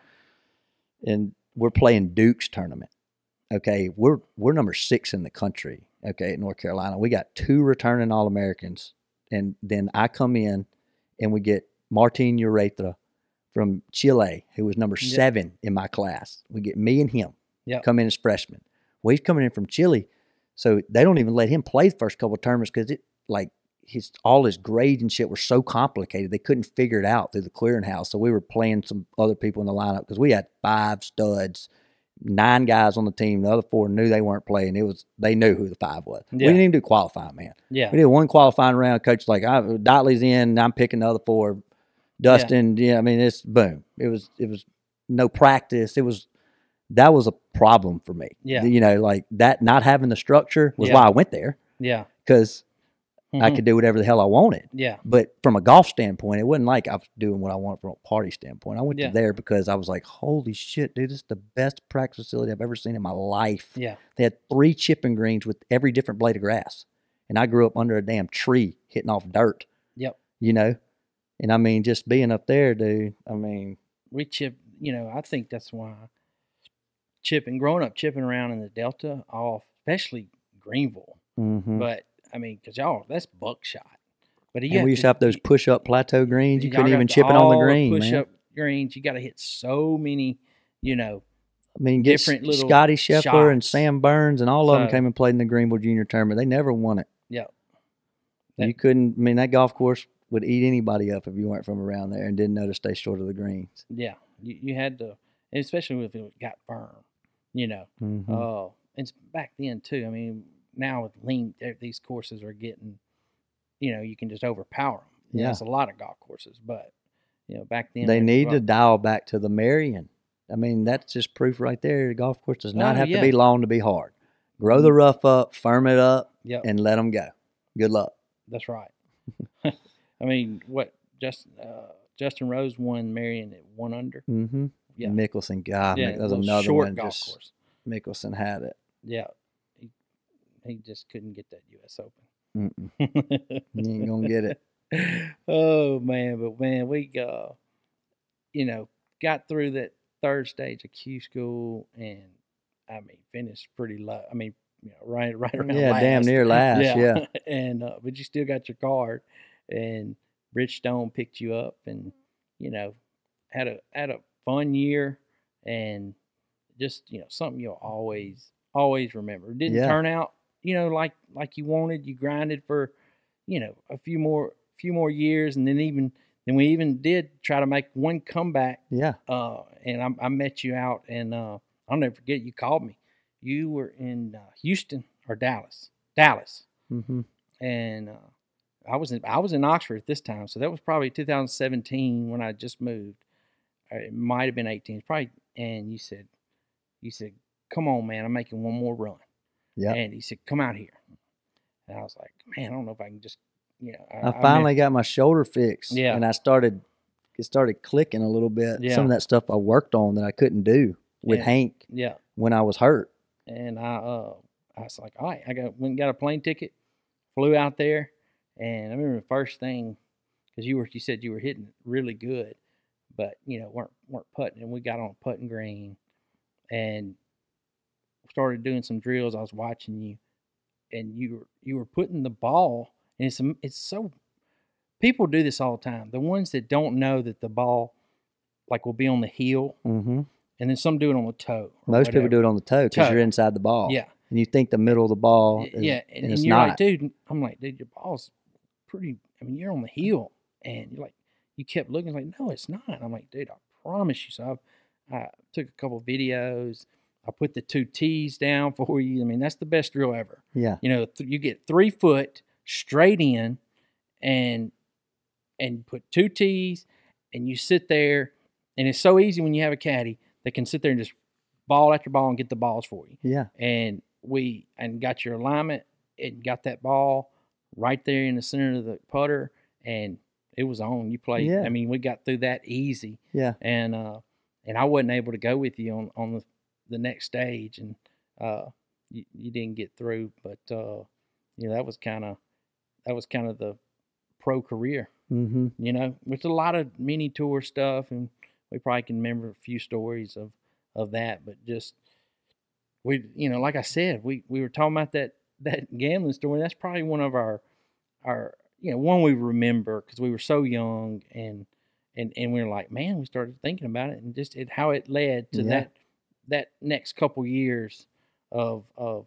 B: And we're playing Duke's tournament. Okay, we're we're number six in the country. Okay, at North Carolina, we got two returning All Americans, and then I come in and we get Martin Urethra from Chile, who was number
A: Yeah.
B: seven in my class. We get me and him
A: Yeah.
B: come in as freshmen. Well, he's coming in from Chile, So they don't even let him play the first couple of tournaments because it like his all his grades and shit were so complicated they couldn't figure it out through the clearinghouse. So we were playing some other people in the lineup because we had five studs, nine guys on the team. The other four knew they weren't playing. It was they knew who the five was. We
A: Yeah.
B: didn't even do qualifying, man.
A: Yeah.
B: We did one qualifying round. Coach was like, I, Dotley's in. and I'm picking the other four. Dustin, yeah. I mean, it's boom. It was it was no practice. It was that was a problem for me.
A: Yeah.
B: you know, like that not having the structure was
A: Yeah.
B: why I went there
A: Yeah.
B: because I
A: Mhm.
B: could do whatever the hell I wanted.
A: Yeah.
B: But from a golf standpoint, it wasn't like I was doing what I wanted from a party standpoint. I went
A: Yeah.
B: to there because I was like, holy shit, dude, this is the best practice facility I've ever seen in my life.
A: Yeah.
B: They had three chipping greens with every different blade of grass. And I grew up under a damn tree hitting off dirt.
A: Yep.
B: You know? And I mean, just being up there, dude, I mean,
A: We chip. You know, I think that's why chipping, growing up chipping around in the Delta, off especially Greenville.
B: mhm.
A: But I mean, cause y'all, that's buckshot. But you
B: and we used to have those push up plateau greens. You
A: y'all
B: couldn't
A: got
B: even
A: to
B: chip it on the
A: all
B: green,
A: Push
B: man.
A: up greens. You got to hit so many. You know.
B: I mean, get
A: different
B: different
A: little
B: Scotty Scheffler and
A: shots.
B: Sam Burns and all of them
A: So-
B: came and played in the Greenville Junior Tournament. They never won it.
A: Yep.
B: you
A: That-
B: couldn't. I mean, that golf course would eat anybody up if you weren't from around there and didn't know to stay short of the greens.
A: Yeah. You, you had to, and especially if it got firm. You know.
B: Mhm.
A: Oh, and s- back then too. I mean, now with lean, eh, these courses are getting, you know, you can just overpower them. Yeah,
B: Yeah.
A: it's a lot of golf courses, but you know, back then
B: they
A: when-
B: need to
A: well,
B: dial back to the Marion. I mean, that's just proof right there. The golf course does not
A: Oh,
B: have
A: yeah. Mm-hmm.
B: to be long to be hard. Grow the rough up, firm it up,
A: Yep,
B: and let them go. Good luck.
A: that's right. I mean, what just uh, Justin Rose won Marion at one under.
B: Mm-hmm.
A: Yeah.
B: Mickelson, God,
A: yeah,
B: Mick- that was
A: little
B: another
A: short
B: one.
A: golf
B: just
A: course.
B: Mickelson had it.
A: Yeah, he, he just couldn't get that U.S.
B: Mm-mm.
A: Open.
B: You ain't gonna get it.
A: oh man, but man, we uh, you know, got through that third stage of Q school, and I mean, finished pretty low. I mean, you know, right, right around.
B: Mm, Yeah, damn
A: last.
B: near last. yeah.
A: and uh, but you still got your card, and Bridgestone picked you up, and you know, had a had a fun year, and just you know something you'll always always remember. It Didn't
B: Yeah.
A: turn out you know like like you wanted. You grinded for you know a few more few more years, and then even then we even did try to make one comeback
B: Yeah.
A: uh, and I, I met you out, and uh, I'll never forget. You called me. You were in uh, Houston or Dallas, Dallas,
B: Mm-hmm.
A: and uh, I was in I was in Oxford at this time, so that was probably 2017 when I just moved. Or It might have been 18, it's probably. And you said, you said, "Come on, man, I'm making one more run."
B: Yep.
A: And he said, "Come out here," and I was like, "Man, I don't know if I can just, you know."
B: I
A: met-
B: finally got my shoulder fixed.
A: Yeah.
B: And I started, it started clicking a little bit.
A: Yeah.
B: Some of that stuff I worked on that I couldn't do with
A: Yeah.
B: Hank
A: yeah.
B: when I was hurt.
A: and I uh I was like, all right, I got went and got a plane ticket, flew out there, and I remember the first thing because you were you said you were hitting really good, but you know weren't weren't putting, and we got on a putting green, and started doing some drills. I was watching you, and you were you were putting the ball, and it's am- it's so people do this all the time. The ones that don't know that the ball like will be on the heel,
B: Mm-hmm.
A: and then some do it on the toe. or
B: Most people
A: whatever.
B: do it on the toe because
A: Toe.
B: you're inside the ball.
A: Yeah.
B: And you think the middle of the ball
A: Y-
B: is,
A: yeah, and,
B: and
A: and
B: it's
A: you're like,
B: not.
A: dude, I'm like, dude, your ball's pretty. I mean, you're on the heel, and you're like, you kept looking, like, no, it's not. I'm like, dude, I promise you. So I, I took a couple videos. I put the two T's down for you. I mean, that's the best drill ever.
B: Yeah.
A: You know, th- you get three foot straight in, and and put two T's, and you sit there, and it's so easy when you have a caddy that can sit there and just ball after ball and get the balls for you
B: Yeah.
A: and we and got your alignment and got that ball right there in the center of the putter and it was on you played
B: Yeah.
A: i mean we got through that easy
B: Yeah.
A: and uh and i wasn't able to go with you on on the, the next stage and uh you, you didn't get through but uh you know that was kind of that was kind of the pro career
B: Mm-hmm.
A: you know there's a lot of mini tour stuff and we probably can remember a few stories of of that but just we you know like i said we we were talking about that that gambling story that's probably one of our our you know one we remember because we were so young and and and we were like man we started thinking about it and just it, how it led to
B: Yeah.
A: that that next couple years of of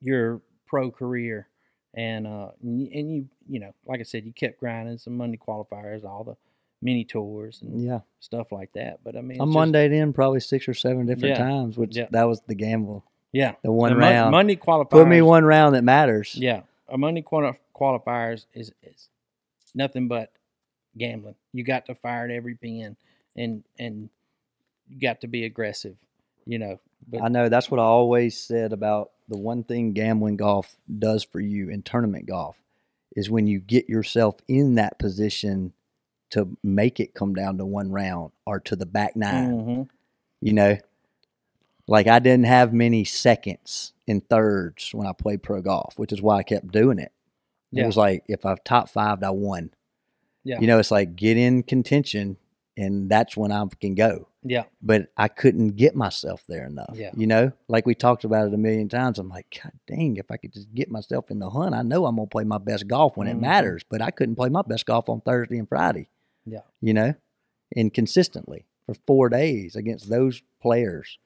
A: your pro career and uh and y- and you you know like i said you kept grinding some monday qualifiers all the mini tours and
B: Yeah.
A: stuff like that but i mean
B: I
A: it's just-
B: Mondayed in probably six or seven different
A: Yeah.
B: times, which
A: Yeah.
B: that was the gamble.
A: yeah
B: The one
A: the Mon-
B: round.
A: monday qualifiers
B: Put me one round that matters.
A: yeah a monday quali- qualifiers is is nothing but gambling you got to fire at every pin and and you got to be aggressive you know but
B: I know that's what I always said about the one thing gambling golf does for you in tournament golf is when you get yourself in that position to make it come down to one round or to the back 9
A: Mhm.
B: You know, like I didn't have many seconds and thirds when I played pro golf, which is why I kept doing it.
A: Yeah.
B: It was like if I've top five, I won.
A: Yeah.
B: You know, it's like get in contention, and that's when I can go
A: yeah
B: but I couldn't get myself there enough.
A: Yeah.
B: You know, like we talked about it a million times. I'm like, God dang, if I could just get myself in the hunt, I know I'm gonna play my best golf when
A: Mhm.
B: it matters. But I couldn't play my best golf on Thursday and Friday.
A: Yeah.
B: You know, and consistently for four days against those players.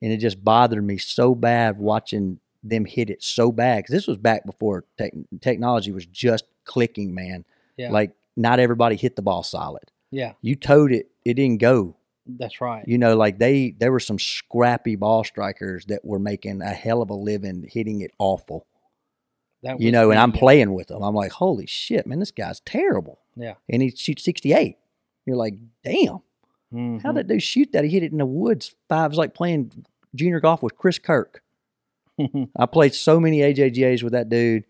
B: And it just bothered me so bad watching them hit it so bad. 'Cause this was back before tech technology was just clicking, man.
A: Yeah.
B: Like not everybody hit the ball solid.
A: yeah
B: You towed it, it didn't go
A: that's right
B: you know like they there were some scrappy ball strikers that were making a hell of a living hitting it awful
A: that
B: you
A: was
B: know and
A: me,
B: i'm
A: yeah.
B: playing with them i'm like holy shit man this guy's terrible
A: Yeah.
B: and he shoots 68 you're like damn how
A: Mhm.
B: did dude shoot that he hit it in the woods five was like playing junior golf with chris kirk i played so many ajgas with that dude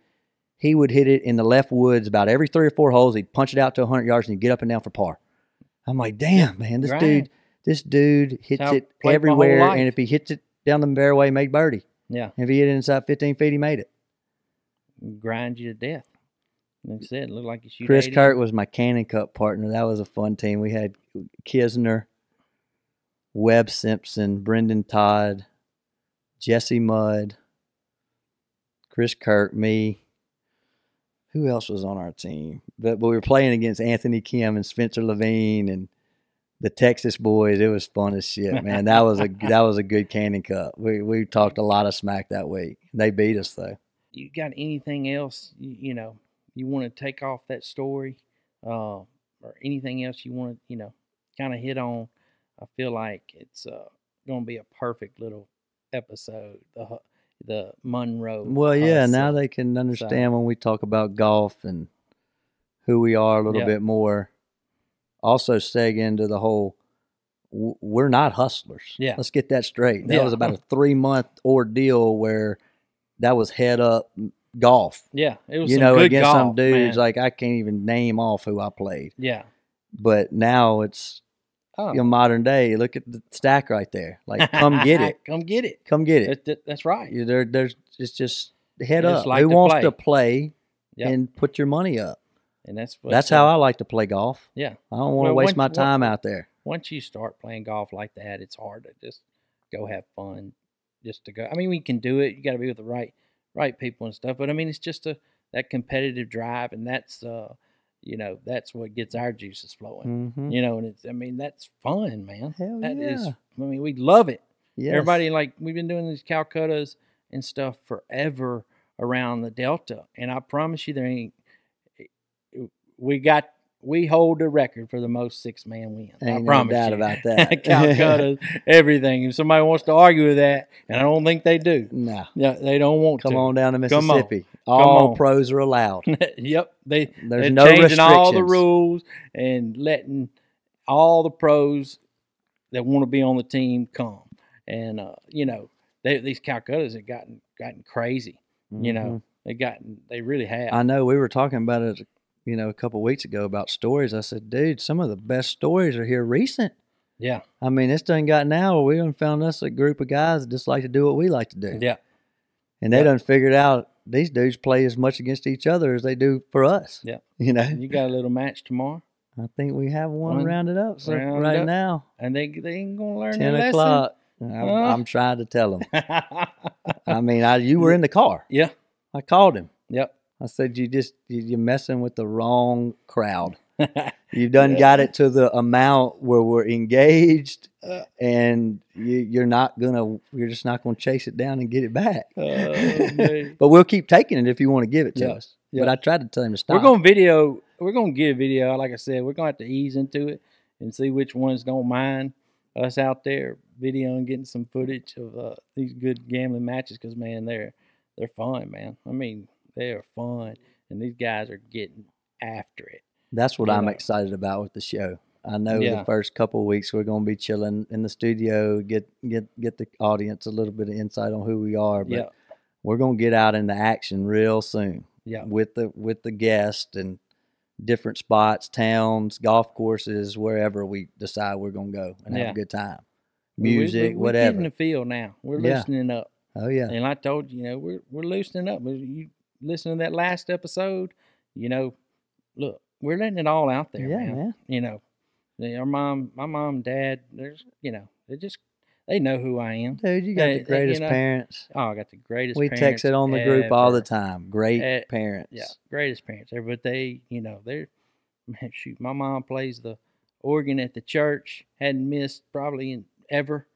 B: he would hit it in the left woods about every three or four holes he'd punch it out to 100 yards and he'd get up and down for par i'm like damn man this
A: Right.
B: dude this dude hits
A: how I
B: it
A: played my whole
B: everywhere,
A: life.
B: and if he hits it down the fairway, he made birdie.
A: Yeah.
B: If he hit it inside 15 feet, he made it.
A: grind you to death. Like I said, look like you shoot.
B: Chris
A: 80.
B: Kirk was my Cannon Cup partner. That was a fun team. We had Kisner, Webb Simpson, Brendan Todd, Jesse Mudd, Chris Kirk, me. Who else was on our team? But, but we were playing against Anthony Kim and Spencer Levine and the Texas boys. It was fun as shit, man. That was a that was a good Cannon Cup. We we talked a lot of smack that week. They beat us though.
A: You got anything else? You, you know, you want to take off that story, uh, or anything else you want to, you know, kind of hit on? I feel like it's uh, going to be a perfect little episode. The hu- the Monroe.
B: Well, yeah, now
A: hustle.
B: they can understand when we talk about golf and who we are a little
A: Yeah.
B: bit more. Also, seg into the whole w- we're not hustlers.
A: Yeah.
B: Let's get that straight. That
A: Yeah.
B: was about a three month ordeal where that was head up golf,
A: yeah, it was
B: you
A: some
B: know,
A: good
B: against some
A: golf,
B: dudes.
A: man.
B: Like, I can't even name off who I played.
A: yeah.
B: But now it's
A: Oh.
B: you know, modern day. Look at the stack right there. Like, come get it.
A: Come get it.
B: Come get it.
A: That- that- that's right.
B: You- There, there's it's just head
A: Just
B: up.
A: like
B: Who
A: to
B: wants
A: play.
B: to play
A: Yep.
B: and put your money up?
A: And that's what
B: That's how I like to play golf.
A: Yeah.
B: I don't want to
A: Well, once-
B: waste my
A: once-
B: time out there.
A: once you start playing golf like that, it's hard to just go have fun, just to go. I mean, we can do it. You got to be with the right right people and stuff. But I mean, it's just a that competitive drive, and that's uh, you know, that's what gets our juices flowing.
B: Mm-hmm.
A: You know, and it's I mean, that's fun, man.
B: Hell
A: That
B: yeah!
A: is, I mean, we love it.
B: Yes.
A: Everybody like we've been doing these Calcuttas and stuff forever around the Delta, and I promise you, there ain't. eh, We got we hold the record for the most six man wins.
B: Ain't
A: I
B: no
A: promise
B: doubt
A: you.
B: about that.
A: Calcutta, everything. If somebody wants to argue with that, and I don't think they do.
B: no,
A: Yeah, they don't want
B: come
A: to.
B: on down to
A: Come on.
B: Mississippi. All
A: on.
B: pros are allowed.
A: yep, they
B: There's
A: they're
B: no restrictions.
A: changing all the rules and letting all the pros that want to be on the team come. And uh, you know, they, these Calcuttas have gotten gotten crazy. You
B: Mm-hmm.
A: know, they gotten they really have.
B: Mhm. I know we were talking about it, you know, a couple weeks ago about stories. I said, dude, some of the best stories are here recent.
A: yeah,
B: I mean, this done got now. We done found us a group of guys that just like to do what we like to do.
A: yeah,
B: and they
A: Yeah.
B: done figured out these dudes play as much against each other as they do for us.
A: Yeah.
B: You know,
A: you got a little match tomorrow,
B: I think we have one,
A: One
B: rounded up so
A: rounded
B: right
A: up.
B: now,
A: and they they ain't gonna learn
B: ten
A: their
B: o'clock. I'm,
A: Huh?
B: I'm trying to tell him.
A: lesson.
B: I mean, I you were in the car.
A: yeah,
B: I called him.
A: yep.
B: I said, "You just you, you're messing with the wrong crowd." You've done got it to the amount where we're engaged,
A: Uh.
B: and you, you're not gonna. You're just not gonna chase it down and get it back.
A: Oh, man.
B: But we'll keep taking it if you want to give it to
A: Yeah,
B: us.
A: yeah.
B: But I tried to tell him to stop.
A: we're gonna video. We're gonna get a video. Like I said, we're gonna have to ease into it and see which ones don't mind us out there videoing, getting some footage of uh, these good gambling matches. Because man, they're they're fun, man. I mean, they are fun, and these guys are getting after it.
B: That's what
A: you
B: I'm
A: know.
B: excited about with the show. I know
A: Yeah.
B: the first couple of weeks we're going to be chilling in the studio, get get get the audience a little bit of insight on who we are, but
A: Yeah,
B: we're going to get out into action real soon
A: yeah,
B: with the with the guest and different spots, towns, golf courses, wherever we decide we're going to go and
A: Yeah.
B: have a good time.
A: We- we-
B: Music,
A: we-
B: whatever.
A: We're getting the feel now. We're
B: Yeah.
A: loosening up,
B: oh yeah.
A: and I told you, you know, we're we're loosening up. But You listen to that last episode, you know, look, we're letting it all out there,
B: yeah,
A: man.
B: man.
A: you know, they- our mom, my mom, and dad, there's, you know, they just, they know who I am.
B: Dude, you got
A: Hey, eh,
B: the greatest
A: you know,
B: parents.
A: Oh, I got the greatest.
B: We
A: parents
B: text it on the group all the
A: ever.
B: time. Great
A: Eh,
B: parents.
A: Yeah, greatest parents ever. But they, you know, they're, man, shoot, my mom plays the organ at the church. Hadn't missed probably in, ever.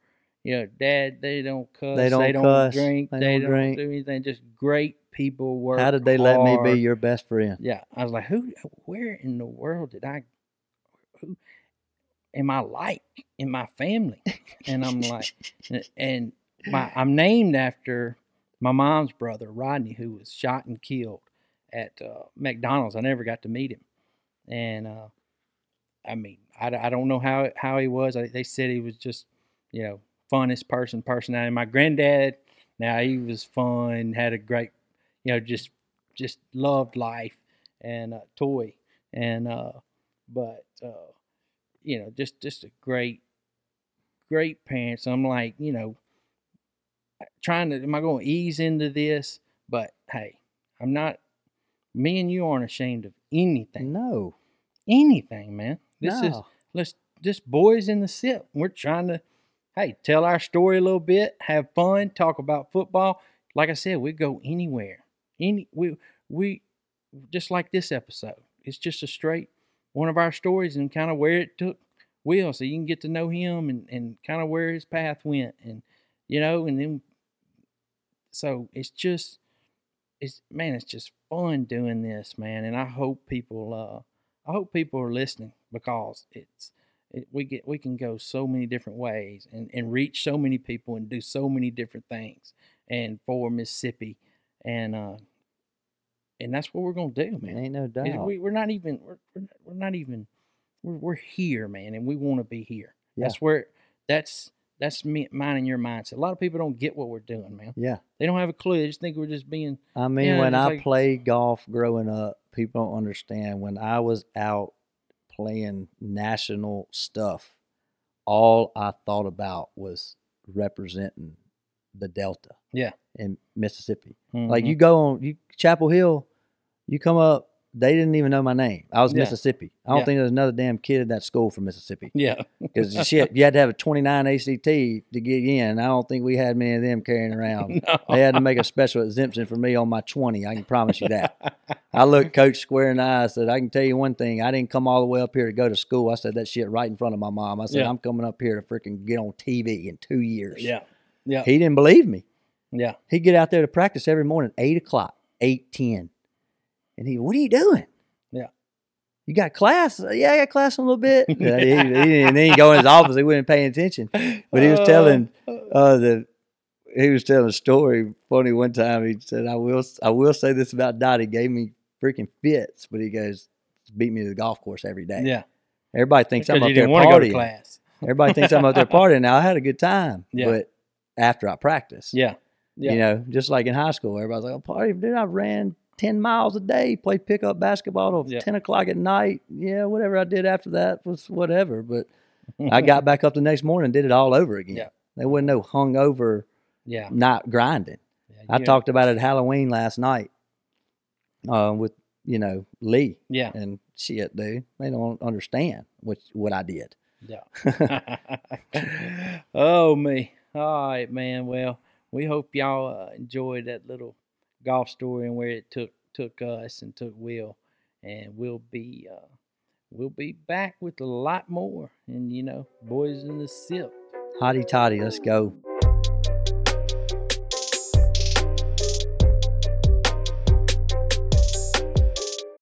A: You know, dad, they don't cuss.
B: They don't cuss,
A: drink. They,
B: they
A: don't,
B: don't drink.
A: do anything. Just great people work.
B: How did they let me
A: hard.
B: be your best friend?
A: Yeah, I was like, who? Where in the world did I? Who am I like in my family? And I'm like, and my I'm named after my mom's brother Rodney, who was shot and killed at uh, McDonald's. I never got to meet him, and uh, I mean, I, d- I don't know how how he was. I, they said he was just, you know, funnest person personality. My granddad, now he was fun, had a great, you know, just just loved life and uh, toy and uh, but uh, you know, just just a great great parents. I'm like, you know, trying to am I going to ease into this? But hey, I'm not. Me and you aren't ashamed of anything
B: No.
A: anything, man. This is
B: Mm. No.
A: let's just boys in the sip. We're trying to hey, tell our story a little bit, have fun, talk about football. Like I said, we go anywhere. Any we we just like this episode. It's just a straight one of our stories and kind of where it took Will so you can get to know him and, and kind of where his path went and you know and then so it's just it's man it's just fun doing this man and I hope people uh I hope people are listening because it's it, we get we can go so many different ways and, and reach so many people and do so many different things and for Mississippi and uh and that's what we're gonna do, man.
B: Ain't no doubt.
A: Is we, we're not even we're, we're not- we're not even we're, we're here man and we want to be here
B: Yeah.
A: that's where that's that's me mine and your mindset a lot of people don't get what we're doing man
B: yeah.
A: they don't have a clue they just think we're just being
B: I mean,
A: Yeah,
B: when
A: it's
B: I
A: like-
B: played golf growing up, people don't understand. When I was out playing national stuff, all I thought about was representing the Delta.
A: Yeah. Mm-hmm.
B: In Mississippi. Like you go on you Chapel Hill, you come up, they didn't even know my name. I was
A: Yeah.
B: Mississippi. I don't
A: Yeah.
B: think there's another damn kid in that school from Mississippi.
A: mm-hmm. yeah
B: Because shit, you had to have a 29 ACT to get in. I don't think we had many of them carrying around. They had to make a special exemption for me on my 20. I can promise you that. I looked Coach square in the eye. I said, I can tell you one thing. I didn't come all the way up here to go to school. I said that shit right in front of my mom. I said,
A: Yeah.
B: I'm coming up here to freaking get on TV in two years.
A: yeah yeah
B: He didn't believe me.
A: yeah
B: He'd get out there to practice every morning, 8 o'clock, 8.10. And he, what are you doing?
A: Yeah.
B: You got class? Yeah, I got class in a little bit. Yeah, he, he didn't, and then he go in his office. He wasn't paying attention. But he was telling uh, the he was telling a story funny one time. He said, "I will I will say this about Dot. He gave me freaking fits, but he goes beat me to the golf course every day.
A: yeah
B: Everybody thinks I'm
A: because
B: up
A: you
B: there
A: didn't want to go to
B: partying.
A: class
B: Everybody thinks I'm up there partying. Now I had a good time,
A: Yeah.
B: but after I practice,
A: yeah yeah
B: you know, just like in high school, everybody's like, oh, party, dude, I ran 10 miles a day, played pickup basketball till
A: Yeah.
B: 10 o'clock at night. Yeah, whatever I did after that was whatever. But I got back up the next morning and did it all over again.
A: Yeah.
B: There wasn't no hungover,
A: yeah,
B: not grinding.
A: yeah
B: I
A: you-
B: talked about it at Halloween last night uh, with, you know, Lee
A: yeah
B: and shit, dude. They don't understand what, what I did.
A: Yeah. oh me. All right, man. Well, we hope y'all uh, enjoyed that little golf story and where it took took us and took Will, and we'll be uh, we'll be back with a lot more. And you know, boys in the sip.
B: Hotty toddy, let's go.